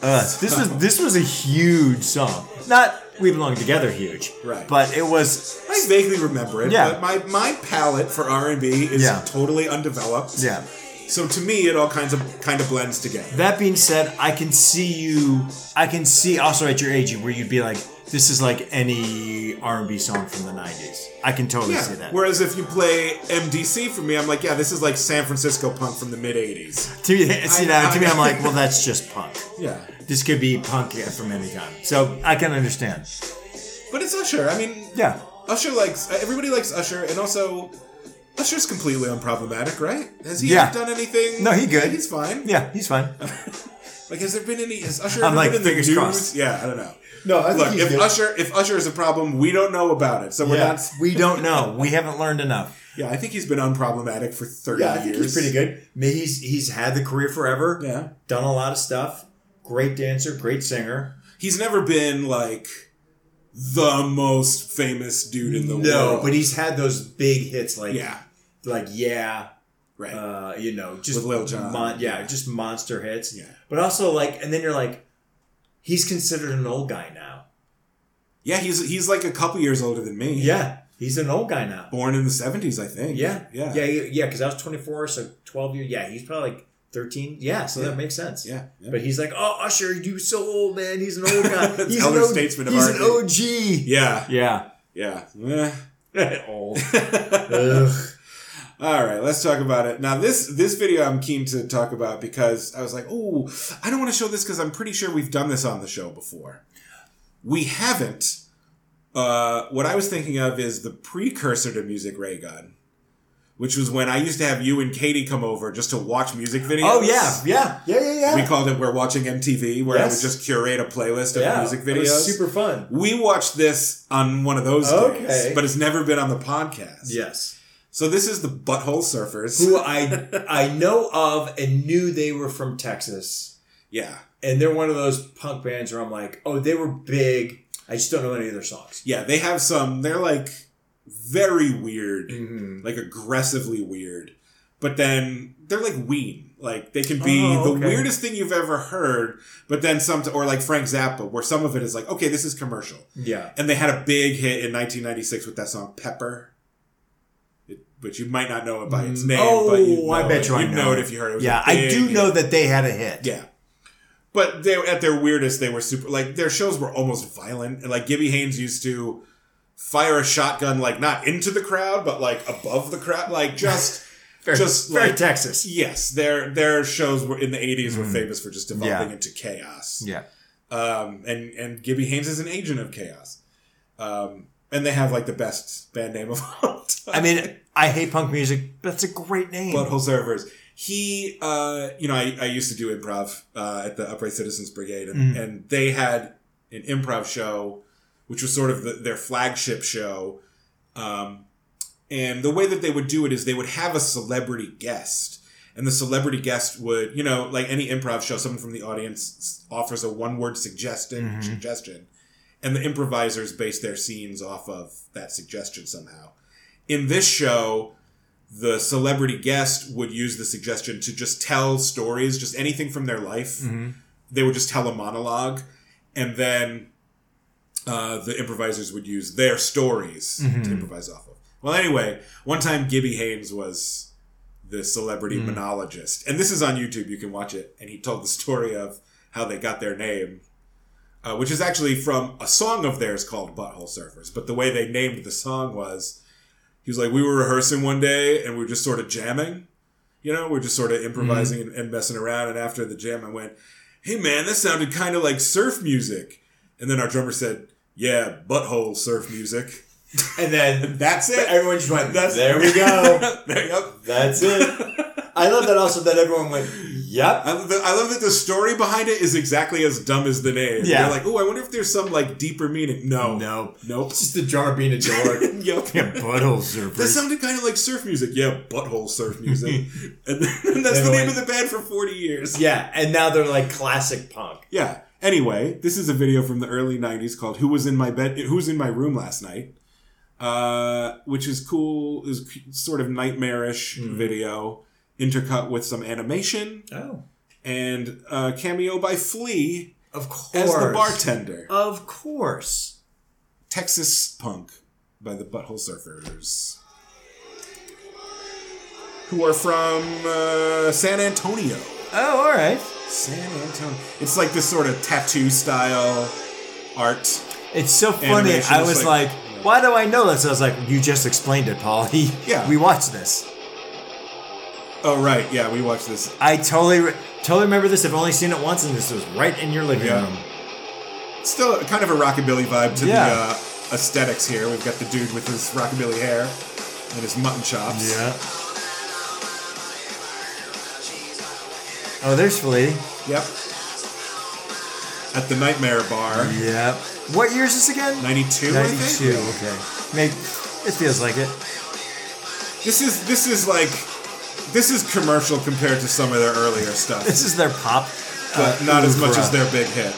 Speaker 1: Uh, this was this was a huge song. Not we belong together, huge.
Speaker 2: Right.
Speaker 1: But it was.
Speaker 2: I vaguely remember it,
Speaker 1: Yeah.
Speaker 2: but my, my palate for R and B is
Speaker 1: Yeah.
Speaker 2: totally undeveloped.
Speaker 1: Yeah.
Speaker 2: So to me, it all kinds of kind of blends together.
Speaker 1: That being said, I can see you. I can see also at your age where you'd be like, this is like any R and B song from the '90s. I can totally see
Speaker 2: Yeah.
Speaker 1: that.
Speaker 2: Whereas if you play MDC for me, I'm like, yeah, this is like San Francisco punk from the mid '80s.
Speaker 1: to me, see,
Speaker 2: I-
Speaker 1: now, to me,
Speaker 2: I-
Speaker 1: I'm like, well, that's just punk.
Speaker 2: Yeah.
Speaker 1: This could be punk from any time. So I can understand.
Speaker 2: But it's Usher. I mean,
Speaker 1: Yeah.
Speaker 2: Usher likes everybody likes Usher, and also Usher's completely unproblematic, right? Has he
Speaker 1: Yeah.
Speaker 2: ever done anything?
Speaker 1: No, he good.
Speaker 2: He's fine.
Speaker 1: Yeah, he's fine.
Speaker 2: Like, has there been any? Has Usher
Speaker 1: I'm
Speaker 2: ever
Speaker 1: like,
Speaker 2: been in the
Speaker 1: fingers
Speaker 2: news?
Speaker 1: crossed.
Speaker 2: Yeah, I don't know.
Speaker 1: No, I think
Speaker 2: look.
Speaker 1: he's
Speaker 2: If
Speaker 1: good.
Speaker 2: Usher, if Usher is a problem, we don't know about it, so we're
Speaker 1: yeah.
Speaker 2: not.
Speaker 1: we don't know. We haven't learned enough.
Speaker 2: Yeah, I think he's been unproblematic for thirty
Speaker 1: Yeah, I
Speaker 2: years.
Speaker 1: think he's pretty good. I mean, he's he's had the career forever.
Speaker 2: Yeah.
Speaker 1: done a lot of stuff. Great dancer, great singer.
Speaker 2: He's never been like the most famous dude in the
Speaker 1: No,
Speaker 2: world.
Speaker 1: but he's had those big hits like
Speaker 2: yeah,
Speaker 1: like yeah,
Speaker 2: right.
Speaker 1: uh, you know, just
Speaker 2: With Lil Jon.
Speaker 1: mon- yeah, just monster hits.
Speaker 2: Yeah.
Speaker 1: but also like, and then you're like, he's considered an old guy now.
Speaker 2: yeah, he's he's like a couple years older than me.
Speaker 1: Yeah, he's an old guy now.
Speaker 2: born in the seventies, I think.
Speaker 1: Yeah,
Speaker 2: yeah,
Speaker 1: yeah, yeah. Because I was 24, so 12 years. Yeah, he's probably like 13. Yeah, so
Speaker 2: Yeah.
Speaker 1: that makes sense.
Speaker 2: yeah. yeah.
Speaker 1: But he's like, oh, Usher, you so old, man. He's an old guy. He's
Speaker 2: Elder
Speaker 1: an o-
Speaker 2: statesman of
Speaker 1: He's
Speaker 2: R&B.
Speaker 1: an OG.
Speaker 2: yeah,
Speaker 1: Yeah.
Speaker 2: yeah. Eh.
Speaker 1: old. Ugh.
Speaker 2: All right, let's talk about it. Now, this this video I'm keen to talk about because I was like, oh, I don't want to show this because I'm pretty sure we've done this on the show before. We haven't. Uh, what I was thinking of is the precursor to Music Ray Gun, which was when I used to have you and Katie come over just to watch music videos.
Speaker 1: Oh yeah, yeah, yeah, yeah, yeah.
Speaker 2: We called it We're Watching MTV, where
Speaker 1: Yes.
Speaker 2: I would just curate a playlist of
Speaker 1: yeah.
Speaker 2: music
Speaker 1: It
Speaker 2: videos.
Speaker 1: was super fun.
Speaker 2: we watched this on one of those
Speaker 1: Okay.
Speaker 2: days, but it's never been on the podcast.
Speaker 1: Yes.
Speaker 2: So this is the Butthole Surfers.
Speaker 1: Who I I know of and knew they were from Texas,
Speaker 2: yeah.
Speaker 1: and they're one of those punk bands where I'm like, oh, they were big. I just don't know any of their songs.
Speaker 2: Yeah, they have some. They're like very weird,
Speaker 1: Mhm.
Speaker 2: like aggressively weird. But then they're like Ween. Like they can be
Speaker 1: Oh,
Speaker 2: the
Speaker 1: okay.
Speaker 2: weirdest thing you've ever heard. But then some, or like Frank Zappa, where some of it is like, okay, this is commercial.
Speaker 1: Yeah.
Speaker 2: And they had a big hit in 1996 with that song Pepper. It, but you might not know it by
Speaker 1: Mm.
Speaker 2: its name.
Speaker 1: Oh,
Speaker 2: but you'd know it. You'd know it if you heard it. it was a
Speaker 1: yeah, I
Speaker 2: big
Speaker 1: do
Speaker 2: hit.
Speaker 1: know that they had a hit.
Speaker 2: Yeah. But they at their weirdest, they were super like their shows were almost violent. And like Gibby Haynes used to fire a shotgun like not into the crowd, but like above the crowd. Like just
Speaker 1: very,
Speaker 2: just
Speaker 1: very
Speaker 2: like-
Speaker 1: Texas.
Speaker 2: yes, their their shows were in the 80s were famous for just developing
Speaker 1: Hmm. Yeah.
Speaker 2: into chaos.
Speaker 1: Yeah.
Speaker 2: Um and and Gibby Haynes is an agent of chaos. Um and they have like the best band name of all time.
Speaker 1: I mean, I hate punk music. That's a great name.
Speaker 2: Butthole Servers. He, uh, you know, I, I used to do improv uh, at the Upright Citizens Brigade, and,
Speaker 1: Mm.
Speaker 2: and they had an improv show, which was sort of the, their flagship show. Um, and the way that they would do it is they would have a celebrity guest. And the celebrity guest would, you know, like any improv show, someone from the audience s- offers a one word suggestion,
Speaker 1: Mhm.
Speaker 2: suggestion, and the improvisers base their scenes off of that suggestion somehow. In this show, the celebrity guest would use the suggestion to just tell stories, just anything from their life.
Speaker 1: Mhm.
Speaker 2: They would just tell a monologue, and then uh, the improvisers would use their stories
Speaker 1: Mhm.
Speaker 2: to improvise off of. Well, anyway, one time Gibby Haynes was the celebrity monologist, and this is on YouTube. You can watch it. And he told the story of how they got their name, uh, which is actually from a song of theirs called Butthole Surfers. But the way they named the song was, he was like, we were rehearsing one day and we were just sort of jamming. You know, we we're just sort of improvising
Speaker 1: Mm-hmm.
Speaker 2: and, and messing around. And after the jam, I went, hey man, that sounded kind of like surf music. And then our drummer said, yeah, butthole surf music.
Speaker 1: And then
Speaker 2: That's it.
Speaker 1: everyone just went,
Speaker 2: That's-
Speaker 1: there we go.
Speaker 2: there, yep.
Speaker 1: That's it. I love that also that everyone went, yep.
Speaker 2: I love, that, I love that the story behind it is exactly as dumb as the name.
Speaker 1: Yeah.
Speaker 2: You're like, oh, I wonder if there's some like deeper meaning. No.
Speaker 1: No.
Speaker 2: Nope.
Speaker 1: It's just the jar being a dork.
Speaker 2: yep.
Speaker 1: butthole surfers.
Speaker 2: That sounded kind of like surf music. Yeah, butthole surf music. and, then, and that's
Speaker 1: Then
Speaker 2: the
Speaker 1: it
Speaker 2: name
Speaker 1: went-
Speaker 2: of the band for 40 years.
Speaker 1: yeah, and now they're like classic punk.
Speaker 2: Yeah. Anyway, this is a video from the early '90s called "Who Was in My Bed? Who Was in My Room Last Night," uh, which is cool. is sort of nightmarish video, intercut with some animation
Speaker 1: Oh.
Speaker 2: and a cameo by Flea
Speaker 1: Of course.
Speaker 2: as the bartender.
Speaker 1: Of course.
Speaker 2: Texas Punk by the Butthole Surfers, who are from uh, San Antonio.
Speaker 1: Oh, all right.
Speaker 2: San Antonio. It's like this sort of tattoo style art.
Speaker 1: It's so funny.
Speaker 2: Animation
Speaker 1: I
Speaker 2: is
Speaker 1: was like,
Speaker 2: like-
Speaker 1: why do I know this? I was like, you just explained it, Paul.
Speaker 2: Yeah.
Speaker 1: We watched this.
Speaker 2: Oh right, yeah, we watched this.
Speaker 1: I totally, re- totally remember this. I've only seen it once, and this was right in your living
Speaker 2: Yeah.
Speaker 1: room.
Speaker 2: Still kind of a rockabilly vibe to
Speaker 1: Yeah.
Speaker 2: the uh, aesthetics here. We've got the dude with his rockabilly hair and his mutton chops.
Speaker 1: Oh, there's Flea.
Speaker 2: Yep. At the Nightmare Bar,
Speaker 1: Yeah. What year is this again?
Speaker 2: ninety-two. I think?
Speaker 1: Ninety-two. Okay. Maybe it feels like it.
Speaker 2: This is this is like this is commercial compared to some of their earlier stuff,
Speaker 1: This is their pop,
Speaker 2: but
Speaker 1: uh,
Speaker 2: not as much
Speaker 1: oeuvre.
Speaker 2: as their big hit.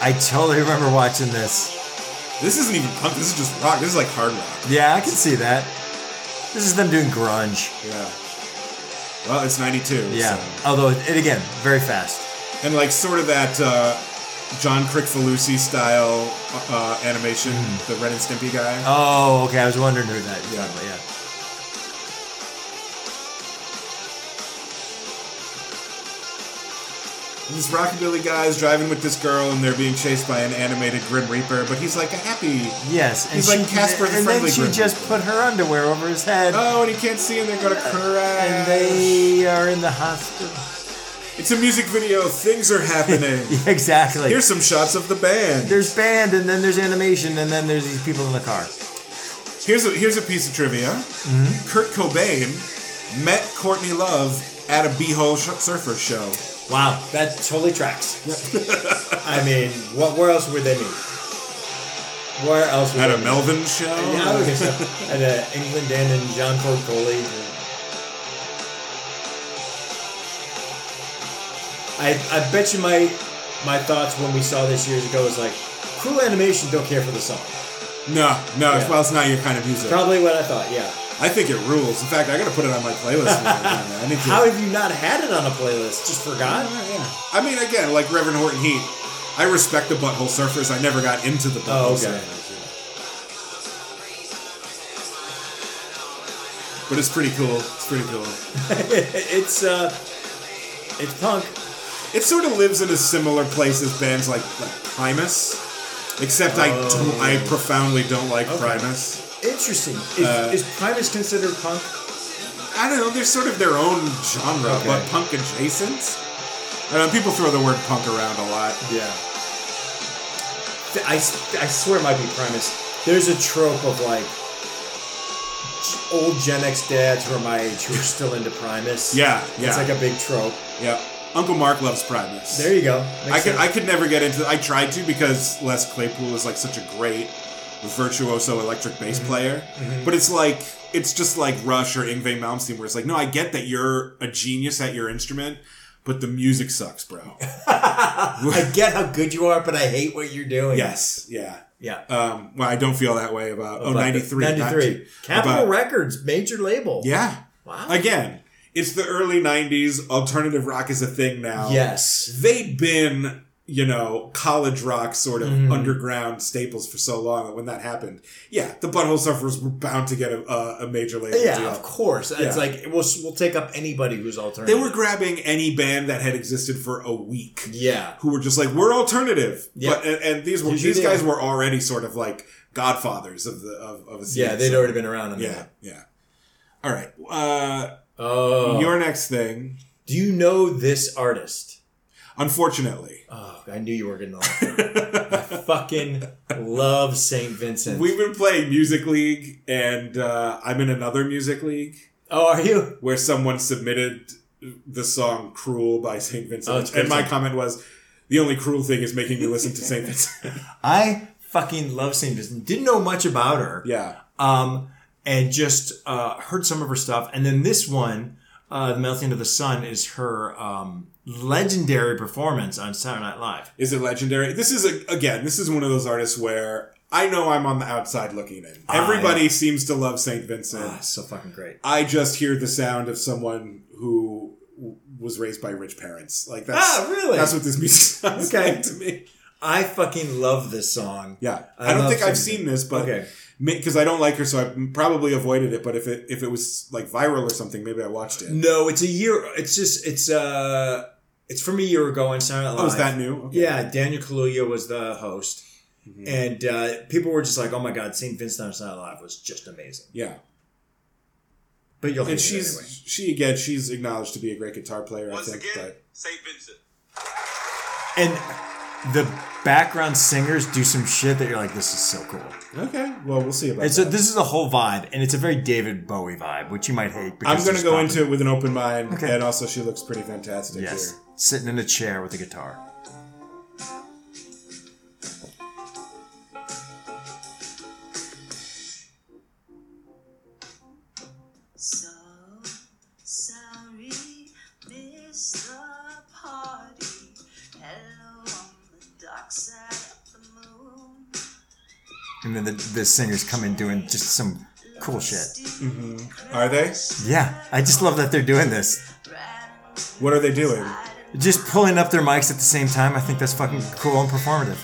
Speaker 1: I totally remember watching this.
Speaker 2: This isn't even punk. This is just rock. This is like hard rock.
Speaker 1: Yeah, I can see that. This is them doing grunge.
Speaker 2: Yeah. Well, it's ninety-two.
Speaker 1: Yeah.
Speaker 2: so-
Speaker 1: Although it again, very fast.
Speaker 2: and like sort of that uh, John Crickfalusi style uh, animation,
Speaker 1: Mm-hmm.
Speaker 2: the Red and Stimpy guy.
Speaker 1: Oh, okay. I was wondering who that.
Speaker 2: Yeah.
Speaker 1: Yeah, but yeah.
Speaker 2: And this rockabilly guy is driving with this girl, and they're being chased by an animated Grim Reaper, but he's like a happy.
Speaker 1: Yes, and
Speaker 2: He's
Speaker 1: she,
Speaker 2: like Casper the
Speaker 1: and
Speaker 2: Friendly
Speaker 1: then she
Speaker 2: Grim
Speaker 1: just
Speaker 2: Reaper.
Speaker 1: put her underwear over his head,
Speaker 2: Oh, and he can't see, and they're gonna crash.
Speaker 1: and they are in the hospital.
Speaker 2: It's a music video. Things are happening.
Speaker 1: Yeah, exactly.
Speaker 2: Here's some shots of the band.
Speaker 1: there's band, and then there's animation, and then there's these people in the car.
Speaker 2: Here's a here's a piece of trivia.
Speaker 1: Mm-hmm.
Speaker 2: Kurt Cobain met Courtney Love at a Beehole sh- Surfer show.
Speaker 1: Wow, that totally tracks. I mean, what? Where else would they meet? Where else? Would
Speaker 2: At
Speaker 1: they
Speaker 2: a
Speaker 1: meet?
Speaker 2: Melvin show.
Speaker 1: Yeah, I would guess so. At uh, England Dan and John Ford Coley. I, I bet you my my thoughts when we saw this years ago was like, cool animation, don't care for the song.
Speaker 2: No, no. it's
Speaker 1: Yeah.
Speaker 2: Well, it's not your kind of music.
Speaker 1: Probably what I thought, yeah.
Speaker 2: I think it rules. In fact, I gotta put it on my playlist. now, man. I need to.
Speaker 1: How have you not had it on a playlist? Just forgot?
Speaker 2: I mean, again, like Reverend Horton Heat, I respect the Butthole Surfers. I never got into the Butthole
Speaker 1: Oh, okay.
Speaker 2: Surfers. you know. But it's pretty cool. It's pretty cool.
Speaker 1: it's uh, it's punk.
Speaker 2: It sort of lives in a similar place as bands like, like Primus, except I
Speaker 1: Oh,
Speaker 2: don't, I profoundly don't like Primus.
Speaker 1: Interesting. Is,
Speaker 2: Uh,
Speaker 1: is Primus considered punk?
Speaker 2: I don't know. They're sort of their own genre,
Speaker 1: Okay.
Speaker 2: but punk adjacent. I know people throw the word punk around a lot.
Speaker 1: Yeah. I, I swear it might be Primus. There's a trope of like old Gen X dads who are my age who are still into Primus.
Speaker 2: Yeah, yeah,
Speaker 1: It's like a big trope.
Speaker 2: yeah. Uncle Mark loves Primus.
Speaker 1: There you go.
Speaker 2: I
Speaker 1: Makes
Speaker 2: could,
Speaker 1: sense.
Speaker 2: I could never get into. I tried to because Les Claypool is like such a great virtuoso electric bass player, but it's like it's just like Rush or Ingve Malmsteen, where it's like, no, I get that you're a genius at your instrument, but the music sucks, bro.
Speaker 1: I get how good you are, but I hate what you're doing.
Speaker 2: yes, yeah.
Speaker 1: Yeah.
Speaker 2: Um, well, I don't feel that way about oh
Speaker 1: About the-
Speaker 2: ninety three, ninety three, 93,
Speaker 1: 93. Capitol
Speaker 2: about-
Speaker 1: Records, major label.
Speaker 2: yeah.
Speaker 1: Wow.
Speaker 2: Again, it's the early '90s. Alternative rock is a thing now.
Speaker 1: Yes.
Speaker 2: they've been you know, college rock sort of
Speaker 1: Mm-hmm.
Speaker 2: underground staples for so long that when that happened, yeah, the Butthole Surfers were bound to get a, a, a major label
Speaker 1: Yeah,
Speaker 2: deal.
Speaker 1: of course.
Speaker 2: Yeah.
Speaker 1: It's like we'll we'll take up anybody who's alternative.
Speaker 2: They were grabbing any band that had existed for a week.
Speaker 1: Yeah.
Speaker 2: Who were just like, we're alternative.
Speaker 1: Yeah.
Speaker 2: But, and, and these were,
Speaker 1: Usually
Speaker 2: these
Speaker 1: they
Speaker 2: guys
Speaker 1: are.
Speaker 2: were already sort of like godfathers of the, of, of a scene.
Speaker 1: Yeah, they'd
Speaker 2: So-
Speaker 1: already been around. On
Speaker 2: Yeah,
Speaker 1: That.
Speaker 2: yeah. All right. Uh,
Speaker 1: Oh.
Speaker 2: Your next thing,
Speaker 1: Do you know this artist?
Speaker 2: unfortunately.
Speaker 1: Oh, I knew you were getting off. I fucking love Saint Vincent.
Speaker 2: We've been playing Music League, and uh, I'm in another Music League
Speaker 1: oh, are you?
Speaker 2: where someone submitted the song Cruel by St.
Speaker 1: Oh,
Speaker 2: Vincent.
Speaker 1: it's
Speaker 2: and my
Speaker 1: crazy.
Speaker 2: comment was, the only cruel thing is making me listen to St. Vincent.
Speaker 1: I fucking love Saint Vincent. Didn't know much about her.
Speaker 2: yeah.
Speaker 1: um, and just uh, heard some of her stuff. And then this one, uh, "The Melting of the Sun," is her um, legendary performance on Saturday Night Live.
Speaker 2: Is it legendary? This is, a, again, this is one of those artists where I know I'm on the outside looking in.
Speaker 1: Ah,
Speaker 2: Everybody seems to love St. Vincent.
Speaker 1: Ah, so fucking great.
Speaker 2: I just hear the sound of someone who w- was raised by rich parents. Like that's
Speaker 1: Ah, really?
Speaker 2: that's what this music sounds
Speaker 1: Okay.
Speaker 2: like to me.
Speaker 1: I fucking love this song.
Speaker 2: Yeah,
Speaker 1: I
Speaker 2: I, don't
Speaker 1: love
Speaker 2: think I've
Speaker 1: Cindy.
Speaker 2: seen this, but
Speaker 1: Okay.
Speaker 2: because I don't like her, so I probably avoided it. But if it if it was like viral or something, maybe I watched it.
Speaker 1: No, it's a year. It's just it's uh it's from a year ago on Saturday Night Live.
Speaker 2: Oh, is that new? Okay.
Speaker 1: Yeah, Daniel Kaluuya was the host, and uh, people were just like, "Oh my god, Saint Vincent on Saturday Night Live was just amazing."
Speaker 2: yeah.
Speaker 1: But you'll hate
Speaker 2: And
Speaker 1: it
Speaker 2: she's
Speaker 1: anyway.
Speaker 2: she again. She's acknowledged to be a great guitar player. I think, but
Speaker 7: St. Vincent.
Speaker 1: And the background singers do some shit that you're like, "This is so cool."
Speaker 2: okay. Well, we'll see about
Speaker 1: And so
Speaker 2: that.
Speaker 1: this is a whole vibe, and it's a very David Bowie vibe, which you might hate. Because
Speaker 2: I'm going to
Speaker 1: he's
Speaker 2: go
Speaker 1: popping-
Speaker 2: into it with an open mind,
Speaker 1: Okay.
Speaker 2: and also she looks pretty fantastic
Speaker 1: yes,
Speaker 2: here.
Speaker 1: sitting in a chair with a guitar.
Speaker 4: So sorry, missed the party. Hello on the dark side of the moon.
Speaker 1: And then the, the singers come in doing just some cool shit.
Speaker 2: Are they?
Speaker 1: Yeah, I just love that they're doing this.
Speaker 2: What are they doing?
Speaker 1: Just pulling up their mics at the same time. I think that's fucking cool and performative,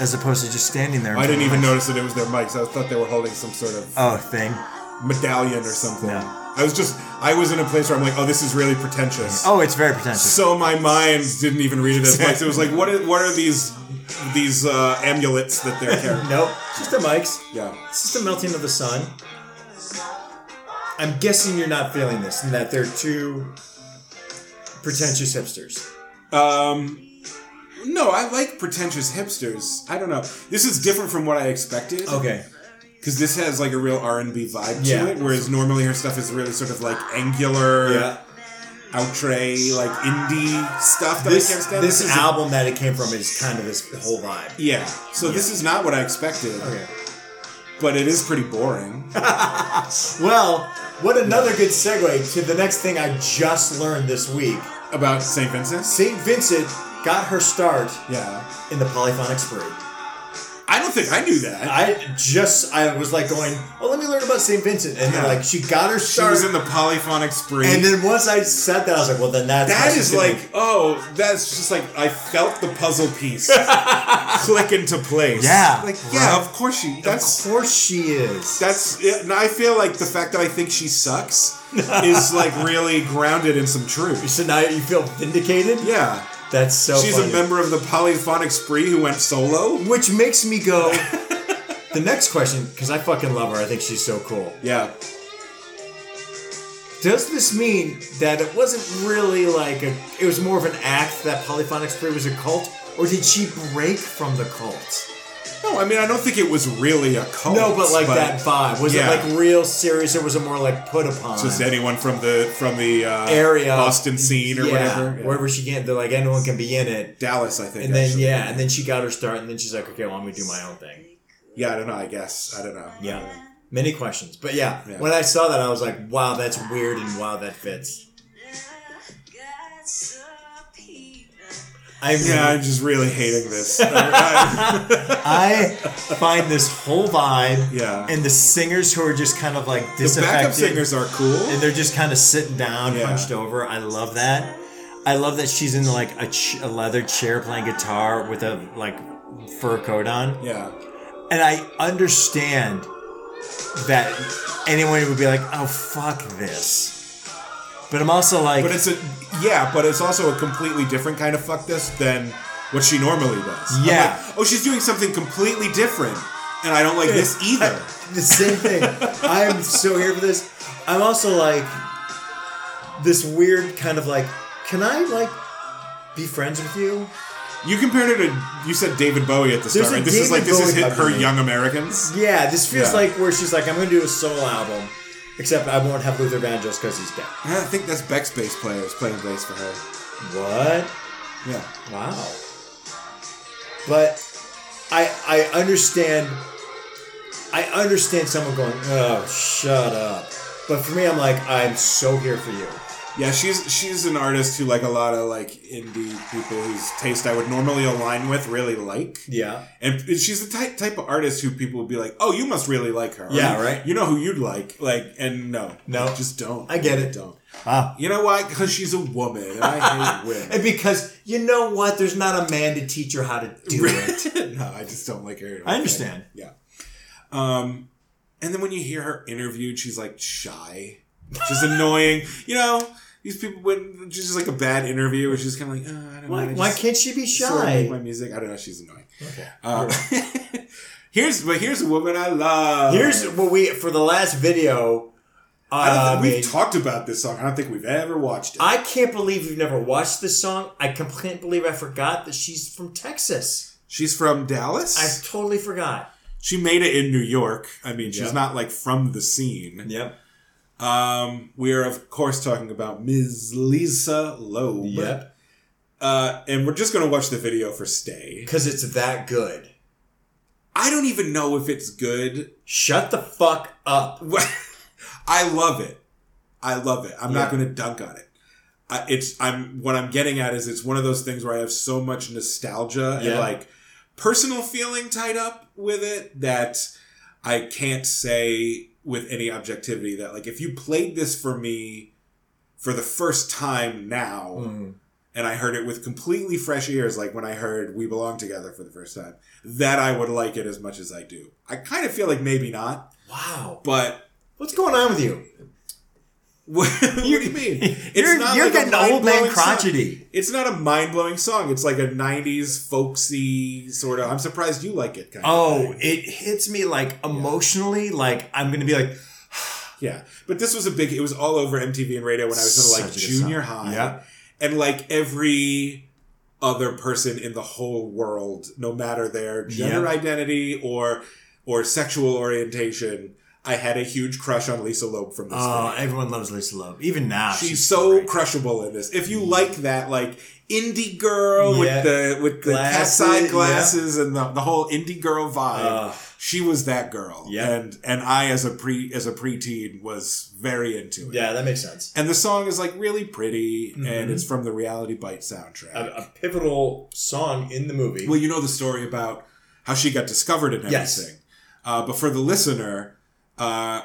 Speaker 1: as opposed to just standing there.
Speaker 2: I didn't even notice that it was their mics. I thought they were holding some sort of
Speaker 1: Oh, thing.
Speaker 2: medallion or something.
Speaker 1: No.
Speaker 2: I was just, I was in a place where I'm like, oh, this is really pretentious.
Speaker 1: Oh, it's very pretentious.
Speaker 2: So my mind didn't even read it as much. It was like, what? Is, what are these these uh, amulets that they're carrying?
Speaker 1: nope, just the mics.
Speaker 2: yeah.
Speaker 1: It's just the melting of the sun. I'm guessing you're not feeling this and that they're two pretentious hipsters.
Speaker 2: Um, no, I like pretentious hipsters. I don't know. This is different from what I expected.
Speaker 1: Okay.
Speaker 2: Because this has like a real R and B vibe
Speaker 1: Yeah.
Speaker 2: to it, whereas normally her stuff is really sort of like angular,
Speaker 1: Yeah.
Speaker 2: outre, like indie stuff that
Speaker 1: This,
Speaker 2: I can't stand.
Speaker 1: this
Speaker 2: is a-
Speaker 1: album that it came from is kind of this whole vibe.
Speaker 2: Yeah. So this is not what I expected,
Speaker 1: Okay.
Speaker 2: but it is pretty boring.
Speaker 1: Well, what another good segue to the next thing I just learned this week.
Speaker 2: About St. Vincent's?
Speaker 1: St. Vincent got her start
Speaker 2: Yeah.
Speaker 1: in the Polyphonics Parade.
Speaker 2: I don't think I knew that.
Speaker 1: I just, I was like going, oh, let me learn about St. Vincent. And then,
Speaker 2: Yeah.
Speaker 1: like, she got her
Speaker 2: She
Speaker 1: start.
Speaker 2: was in the polyphonic spree.
Speaker 1: And then once I said that, I was like, well, then that's
Speaker 2: that
Speaker 1: how
Speaker 2: is
Speaker 1: she's gonna-
Speaker 2: like, oh, that's just like I felt the puzzle piece click into place.
Speaker 1: Yeah,
Speaker 2: Like, yeah,
Speaker 1: right.
Speaker 2: of course she. That's
Speaker 1: of course she is.
Speaker 2: that's. It. And I feel like the fact that I think she sucks is like really grounded in some truth.
Speaker 1: so now you feel vindicated.
Speaker 2: Yeah,
Speaker 1: That's so.
Speaker 2: she's
Speaker 1: funny.
Speaker 2: a member of the polyphonic spree who went solo.
Speaker 1: which makes me go. the next question, because I fucking love her. I think she's so cool.
Speaker 2: Yeah,
Speaker 1: Does this mean that it wasn't really like a? It was more of an act that Polyphonic Spirit was a cult, or did she break from the cult?
Speaker 2: No, I mean I don't think it was really a cult.
Speaker 1: no, but like that vibe. Was
Speaker 2: yeah.
Speaker 1: it like real serious, or was it more like put upon?
Speaker 2: Just anyone from the from the uh,
Speaker 1: Area
Speaker 2: Boston scene or
Speaker 1: Yeah,
Speaker 2: whatever. Yeah.
Speaker 1: wherever she can, they're like anyone can be in it.
Speaker 2: Dallas, I think.
Speaker 1: And then
Speaker 2: actually.
Speaker 1: yeah, and then she got her start, and then she's like, okay, well, I'm gonna do my own thing.
Speaker 2: yeah, I don't know. I guess I don't know.
Speaker 1: Yeah. Many questions. But yeah,
Speaker 2: Yeah.
Speaker 1: when I saw that, I was like, wow, that's weird and wow, that fits.
Speaker 4: Got subpoena.
Speaker 1: I mean,
Speaker 2: Yeah, I'm just really hating this. I-
Speaker 1: I find this whole vibe
Speaker 2: Yeah.
Speaker 1: and the singers who are just kind of like
Speaker 2: the
Speaker 1: disaffected.
Speaker 2: backup singers are cool.
Speaker 1: And they're just kind of sitting down,
Speaker 2: Yeah.
Speaker 1: hunched over. I love that. I love that she's in like a, ch- a leather chair playing guitar with a like fur coat on,
Speaker 2: Yeah.
Speaker 1: and I understand that anyone would be like, "Oh fuck this," but I'm also like,
Speaker 2: But it's a yeah, but it's also a completely different kind of fuck this than what she normally does. I'm
Speaker 1: Yeah.
Speaker 2: like, oh, she's doing something completely different, and I don't like this either.
Speaker 1: the same thing. I'm so here for this. I'm also like this weird kind of like, can I like be friends with you?
Speaker 2: You compared her to you said David Bowie at the start.
Speaker 1: There's a
Speaker 2: Right? This is
Speaker 1: David
Speaker 2: like this is
Speaker 1: Bowie
Speaker 2: hit her
Speaker 1: company.
Speaker 2: Young Americans.
Speaker 1: Yeah, this feels
Speaker 2: Yeah.
Speaker 1: like where she's like, I'm gonna do a solo album, except I won't have Luther Vandross because he's dead.
Speaker 2: I think that's Beck's bass player is playing bass for her.
Speaker 1: What?
Speaker 2: Yeah.
Speaker 1: Wow. But I I understand. I understand someone going, oh, shut up. But for me, I'm like, I'm so here for you.
Speaker 2: Yeah, she's she's an artist who like a lot of like indie people whose taste I would normally align with really like.
Speaker 1: Yeah.
Speaker 2: And she's the type type of artist who people would be like, "Oh, you must really like her."
Speaker 1: Yeah,
Speaker 2: You-
Speaker 1: right.
Speaker 2: You know who you'd like, like, and no,
Speaker 1: No.
Speaker 2: just don't.
Speaker 1: I get it.
Speaker 2: Don't.
Speaker 1: Ah.
Speaker 2: You know why? Because she's a woman, and I hate women.
Speaker 1: And because you know what, there's not a man to teach her how to do it.
Speaker 2: no, I just don't like her.
Speaker 1: I understand.
Speaker 2: Yeah. Um, and then when you hear her interviewed, she's like shy, which is annoying. You know, these people when she's just like a bad interview, where she's kind of like, oh, I don't
Speaker 1: Why,
Speaker 2: know. I
Speaker 1: why
Speaker 2: just
Speaker 1: can't she be
Speaker 2: sort of make my
Speaker 1: shy?
Speaker 2: music. I don't know. She's annoying. Uh, here's but here's a woman I love.
Speaker 1: Here's what we for the last video.
Speaker 2: I
Speaker 1: I,
Speaker 2: don't think,
Speaker 1: mean,
Speaker 2: we've talked about this song. I don't think we've ever watched it.
Speaker 1: Um, I can't believe you've never watched this song. I com- can't believe I forgot that she's from Texas.
Speaker 2: She's from Dallas.
Speaker 1: I totally forgot.
Speaker 2: she made it in New York. I mean, she's
Speaker 1: Yeah.
Speaker 2: not like from the scene.
Speaker 1: Yep.
Speaker 2: Um, we are of course talking about Ms. Lisa Loeb.
Speaker 1: Yep.
Speaker 2: Uh, and we're just gonna watch the video for "Stay."
Speaker 1: Because it's that good.
Speaker 2: I don't even know if it's good.
Speaker 1: Shut the fuck up.
Speaker 2: I love it. I love it. I'm not
Speaker 1: Yeah.
Speaker 2: going to dunk on it. I, it's I'm what I'm getting at is it's one of those things where I have so much nostalgia and
Speaker 1: Yeah.
Speaker 2: like personal feeling tied up with it that I can't say with any objectivity that like if you played this for me for the first time now
Speaker 1: Hmm.
Speaker 2: and I heard it with completely fresh ears like when I heard We Belong Together for the first time that I would like it as much as I do. I kind of feel like maybe not,
Speaker 1: Wow.
Speaker 2: but
Speaker 1: What's going on with you?
Speaker 2: what, what do you mean? It's
Speaker 1: you're you're
Speaker 2: like a
Speaker 1: getting old man
Speaker 2: mind-blowing song.
Speaker 1: crotchety.
Speaker 2: It's not a mind blowing song. It's like a '90s folksy sort of. I'm surprised you like it. Kind of
Speaker 1: Oh,
Speaker 2: thing.
Speaker 1: it hits me like emotionally. Like I'm gonna be like,
Speaker 2: yeah. But this was a big. It was all over MTV and radio when I was in like
Speaker 1: Such a good
Speaker 2: junior
Speaker 1: song.
Speaker 2: high.
Speaker 1: Yeah.
Speaker 2: and like every other person in the whole world, no matter their gender
Speaker 1: Yeah.
Speaker 2: identity or or sexual orientation, I had a huge crush on Lisa Loeb from this. video.
Speaker 1: oh, everyone loves Lisa Love, even now.
Speaker 2: She's, so
Speaker 1: Ah, great.
Speaker 2: crushable in this. If you like that, like indie girl
Speaker 1: Yeah.
Speaker 2: with the with the
Speaker 1: Glasses,
Speaker 2: cat's eye glasses and the, the whole indie girl vibe,
Speaker 1: Ugh.
Speaker 2: she was that girl.
Speaker 1: Yeah.
Speaker 2: and and I as a pre as a preteen was very into it.
Speaker 1: Yeah, Mm-hmm. that makes sense.
Speaker 2: and the song is like really pretty, and it's from the Reality Bite soundtrack.
Speaker 1: A, a pivotal song in the movie.
Speaker 2: Well, you know the story about how she got discovered and
Speaker 1: Yes.
Speaker 2: everything. Uh, but for the listener, uh,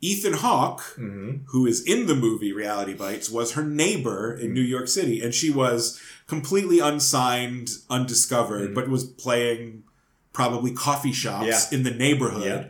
Speaker 2: Ethan Hawke,
Speaker 1: Mm-hmm.
Speaker 2: who is in the movie Reality Bites, was her neighbor
Speaker 1: Mm-hmm.
Speaker 2: in New York City, and she was completely unsigned, undiscovered,
Speaker 1: Mm-hmm.
Speaker 2: but was playing probably coffee shops
Speaker 1: Yeah.
Speaker 2: in the neighborhood.
Speaker 1: Yeah.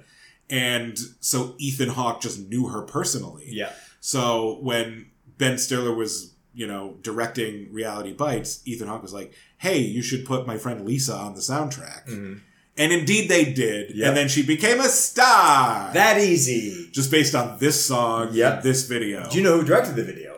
Speaker 2: And so Ethan Hawke just knew her personally.
Speaker 1: yeah,
Speaker 2: So when Ben Stiller was, you know, directing Reality Bites, Ethan Hawke was like, "Hey, you should put my friend Lisa on the soundtrack."
Speaker 1: Mm-hmm.
Speaker 2: And indeed, they did.
Speaker 1: Yep.
Speaker 2: And then she became a star
Speaker 1: that easy.
Speaker 2: just based on this song,
Speaker 1: Yep.
Speaker 2: this video.
Speaker 1: Do you know who directed the video?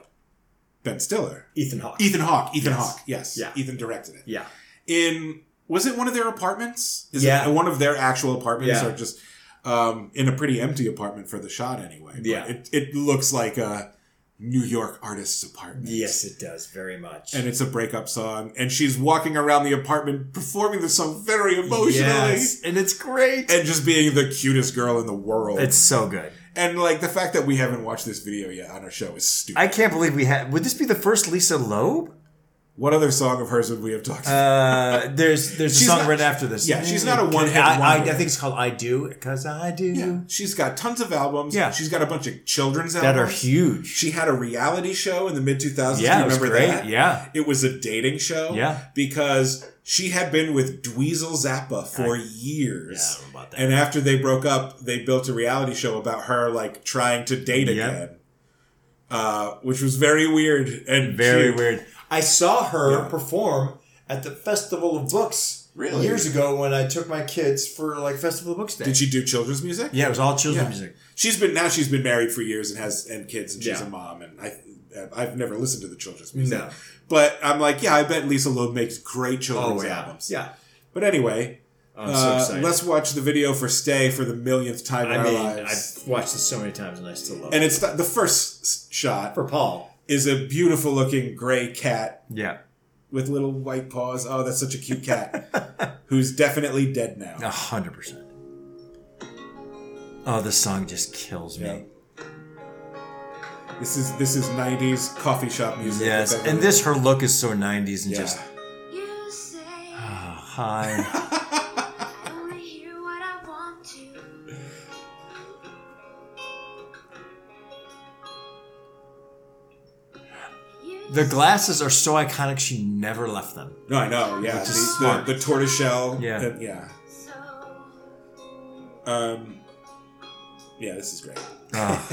Speaker 2: ben Stiller,
Speaker 1: Ethan Hawke.
Speaker 2: Ethan Hawke, Ethan
Speaker 1: Yes.
Speaker 2: Hawke. Yes,
Speaker 1: Yeah.
Speaker 2: Ethan directed it.
Speaker 1: yeah,
Speaker 2: In was it one of their apartments? Is
Speaker 1: Yeah.
Speaker 2: it one of their actual apartments,
Speaker 1: Yeah.
Speaker 2: or just um, in a pretty empty apartment for the shot anyway? But
Speaker 1: Yeah.
Speaker 2: it, it looks like a New York artist's apartment.
Speaker 1: yes, it does very much.
Speaker 2: and it's a breakup song and she's walking around the apartment performing the song very emotionally
Speaker 1: Yes, and it's great.
Speaker 2: and just being the cutest girl in the world
Speaker 1: it's so good.
Speaker 2: and like the fact that we haven't watched this video yet on our show is stupid
Speaker 1: I can't believe we had. Would this be the first Lisa Loeb?
Speaker 2: What other song of hers would we have talked about?
Speaker 1: Uh, there's there's a
Speaker 2: She's
Speaker 1: song
Speaker 2: not-
Speaker 1: right after this.
Speaker 2: yeah, she's not a one-hit
Speaker 1: I, I, I
Speaker 2: wonder.
Speaker 1: think it's called "I Do" because I do
Speaker 2: yeah. She's got tons of albums.
Speaker 1: Yeah.
Speaker 2: She's got a bunch of children's
Speaker 1: that are
Speaker 2: albums.
Speaker 1: huge.
Speaker 2: She had a reality show in the mid 2000s. Do
Speaker 1: yeah, it
Speaker 2: you
Speaker 1: was
Speaker 2: remember
Speaker 1: great.
Speaker 2: that?
Speaker 1: Yeah,
Speaker 2: It was a dating show.
Speaker 1: Yeah.
Speaker 2: Because she had been with Dweezil Zappa for years.
Speaker 1: Yeah, I don't know about that.
Speaker 2: And after they broke up, they built a reality show about her like trying to date
Speaker 1: Yeah.
Speaker 2: again. Uh, which was very weird and
Speaker 1: very
Speaker 2: she-
Speaker 1: weird. I saw her
Speaker 2: Yeah.
Speaker 1: perform at the Festival of Books
Speaker 2: Really?
Speaker 1: years ago when I took my kids for like Festival of Books Day.
Speaker 2: Did she do children's music?
Speaker 1: Yeah, it was all children's
Speaker 2: Yeah.
Speaker 1: music.
Speaker 2: She's been now she's been married for years and has and kids and she's
Speaker 1: Yeah.
Speaker 2: a mom and I I've never listened to the children's music.
Speaker 1: No.
Speaker 2: But I'm like, yeah, I bet Lisa Loeb makes great children's albums.
Speaker 1: Oh, yeah.
Speaker 2: But anyway,
Speaker 1: I'm
Speaker 2: uh, let's watch the video for Stay for the millionth time in
Speaker 1: I
Speaker 2: our
Speaker 1: mean,
Speaker 2: lives.
Speaker 1: I've watched this so many times and I still love
Speaker 2: and
Speaker 1: it.
Speaker 2: it's the, the first s- shot
Speaker 1: For Paul.
Speaker 2: is a beautiful looking gray cat
Speaker 1: Yeah.
Speaker 2: with little white paws. Oh, that's such a cute cat who's definitely dead now.
Speaker 1: A hundred percent. Oh, this song just kills me.
Speaker 2: Yeah. This is this is 90s coffee shop music.
Speaker 1: Yes,
Speaker 2: If that
Speaker 1: and
Speaker 2: was-
Speaker 1: this her look is so '90s and
Speaker 2: yeah.
Speaker 1: just
Speaker 8: You say
Speaker 1: oh, hi.
Speaker 8: I only hear what I want to.
Speaker 1: the glasses are so iconic. She never left them.
Speaker 2: No, I know. Yeah,
Speaker 1: Which
Speaker 2: the,
Speaker 1: is
Speaker 2: the,
Speaker 1: smart.
Speaker 2: the tortoiseshell.
Speaker 1: Yeah.
Speaker 2: and- yeah. Um, yeah, this is great.
Speaker 1: Oh,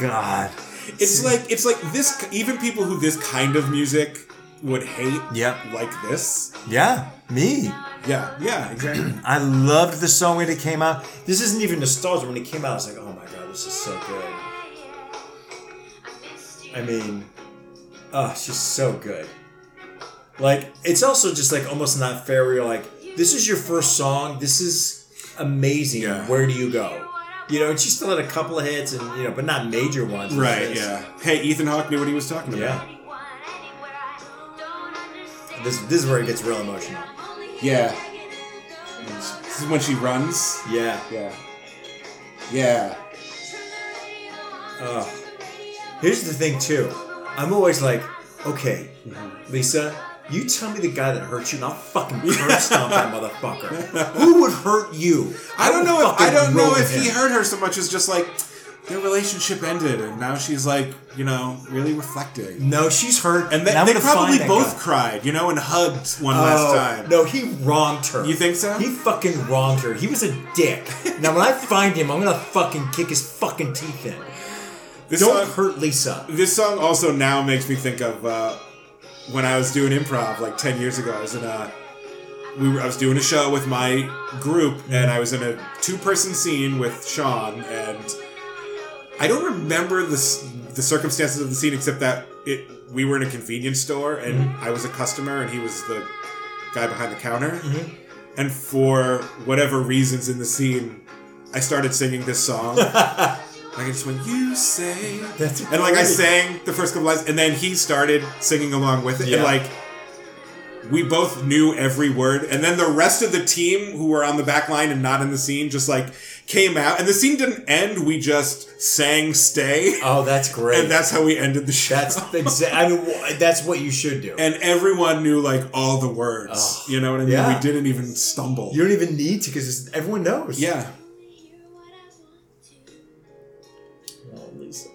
Speaker 1: God.
Speaker 2: It's like it's like this. Even people who this kind of music would hate.
Speaker 1: Yep.
Speaker 2: Like this.
Speaker 1: Yeah, me.
Speaker 2: Yeah. Yeah. Exactly.
Speaker 1: I loved the song when it came out. This isn't even nostalgia. When it came out, I was like, oh my god, this is so good. I mean, oh, she's so good. Like, it's also just like almost not fair where you're like, this is your first song. This is amazing.
Speaker 2: Yeah.
Speaker 1: Where do you go? You know, and she still had a couple of hits and, you know, but not major ones.
Speaker 2: right.
Speaker 1: It's-
Speaker 2: Yeah. Hey, Ethan Hawke knew what he was talking about.
Speaker 1: Yeah. This, this is where it gets real emotional.
Speaker 2: Yeah. This is when she runs.
Speaker 1: Yeah.
Speaker 2: Yeah. Yeah.
Speaker 1: Oh. Here's the thing, too. I'm always like, okay,
Speaker 2: Mm-hmm.
Speaker 1: Lisa, you tell me the guy that hurt you, and I'll fucking curb stomp that motherfucker. Who would hurt you?
Speaker 2: I don't know. If, I
Speaker 1: fucking
Speaker 2: don't know
Speaker 1: roll
Speaker 2: if
Speaker 1: him.
Speaker 2: he hurt her so much as just like their relationship ended, and now she's like you know really reflecting.
Speaker 1: No, she's hurt,
Speaker 2: And
Speaker 1: then
Speaker 2: they, they probably both cried, you know, and hugged one last time.
Speaker 1: Oh, No, he wronged her.
Speaker 2: Oh. You think so?
Speaker 1: He fucking wronged her. He was a dick. now, when I find him, I'm gonna fucking kick his fucking teeth in.
Speaker 2: This
Speaker 1: Don't
Speaker 2: song-
Speaker 1: hurt Lisa.
Speaker 2: This song also now makes me think of uh, when I was doing improv like ten years ago. I was in a we were, I was doing a show with my group, and I was in a two-person scene with Sean, and I don't remember the s- the circumstances of the scene except that it we were in a convenience store, and I was a customer, and he was the guy behind the counter,
Speaker 1: Mm-hmm.
Speaker 2: and for whatever reasons in the scene, I started singing this song. like it's when you say
Speaker 1: That's
Speaker 2: and like I
Speaker 1: great.
Speaker 2: sang the first couple lines, and then he started singing along with it,
Speaker 1: Yeah.
Speaker 2: and like we both knew every word. And then the rest of the team who were on the back line and not in the scene just like came out, and the scene didn't end. We just sang "Stay,"
Speaker 1: Oh, that's great.
Speaker 2: and that's how we ended the show.
Speaker 1: that's exactly. I mean, wh- that's what you should do.
Speaker 2: and everyone knew like all the words.
Speaker 1: Ugh.
Speaker 2: you know what I mean?
Speaker 1: Yeah.
Speaker 2: We didn't even stumble.
Speaker 1: you don't even need to because everyone knows.
Speaker 2: yeah.
Speaker 1: Oh, Lisa,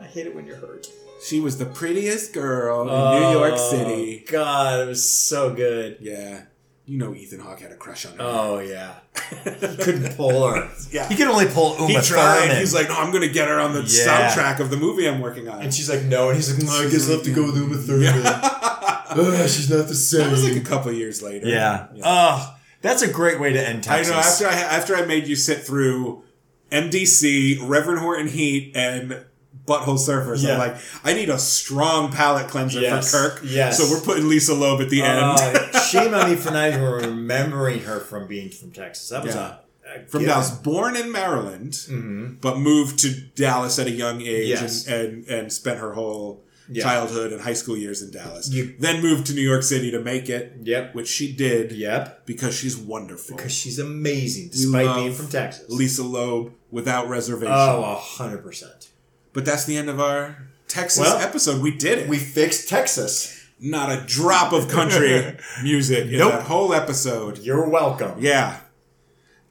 Speaker 1: I hate it when you're hurt.
Speaker 2: She was the prettiest girl in New
Speaker 1: Uh,
Speaker 2: York City.
Speaker 1: Oh, God, it was so good.
Speaker 2: Yeah. You know Ethan Hawke had a crush on her.
Speaker 1: Oh yeah, he couldn't pull her.
Speaker 2: Yeah.
Speaker 1: he could only pull Uma
Speaker 2: he tried.
Speaker 1: Thurman.
Speaker 2: He's like, no, I'm going to get her on the
Speaker 1: Yeah.
Speaker 2: soundtrack of the movie I'm working on.
Speaker 1: and she's like, no, and he's like, no, I guess I will have to go with Uma Thurman. Ugh, she's not the
Speaker 2: that was like a
Speaker 1: same.
Speaker 2: couple years later.
Speaker 1: yeah.
Speaker 2: Yeah.
Speaker 1: Oh, that's a great way to end
Speaker 2: I
Speaker 1: Texas.
Speaker 2: know. After I after I made you sit through MDC, Reverend Horton Heat, and Butthole Surfers,
Speaker 1: Yeah.
Speaker 2: I'm like, I need a strong palate cleanser
Speaker 1: Yes.
Speaker 2: for Kirk.
Speaker 1: Yes.
Speaker 2: So we're putting Lisa Loeb at the end
Speaker 1: Uh, shame on me for not even remembering her from being from Texas. That was
Speaker 2: Yeah.
Speaker 1: a, a
Speaker 2: from
Speaker 1: given.
Speaker 2: Dallas, born in Maryland,
Speaker 1: Mhm.
Speaker 2: but moved to Dallas at a young age
Speaker 1: Yes.
Speaker 2: and, and and spent her whole.
Speaker 1: Yeah.
Speaker 2: Childhood and high school years in Dallas.
Speaker 1: You-
Speaker 2: then moved to New York City to make it,
Speaker 1: Yep.
Speaker 2: which she did.
Speaker 1: Yep.
Speaker 2: because she's wonderful.
Speaker 1: Because she's amazing, despite
Speaker 2: love
Speaker 1: being from Texas.
Speaker 2: Lisa Loeb without reservation.
Speaker 1: Oh, hundred percent.
Speaker 2: But that's the end of our Texas
Speaker 1: Well,
Speaker 2: episode. We did it.
Speaker 1: We fixed Texas.
Speaker 2: Not a drop of country music in
Speaker 1: Nope.
Speaker 2: that whole episode.
Speaker 1: You're welcome.
Speaker 2: Yeah.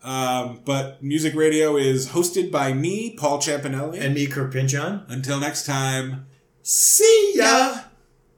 Speaker 2: Um, but Music Radio is hosted by me, Paul Champanelli.
Speaker 1: And me, Kirk Pinchon.
Speaker 2: until next time.
Speaker 1: See ya.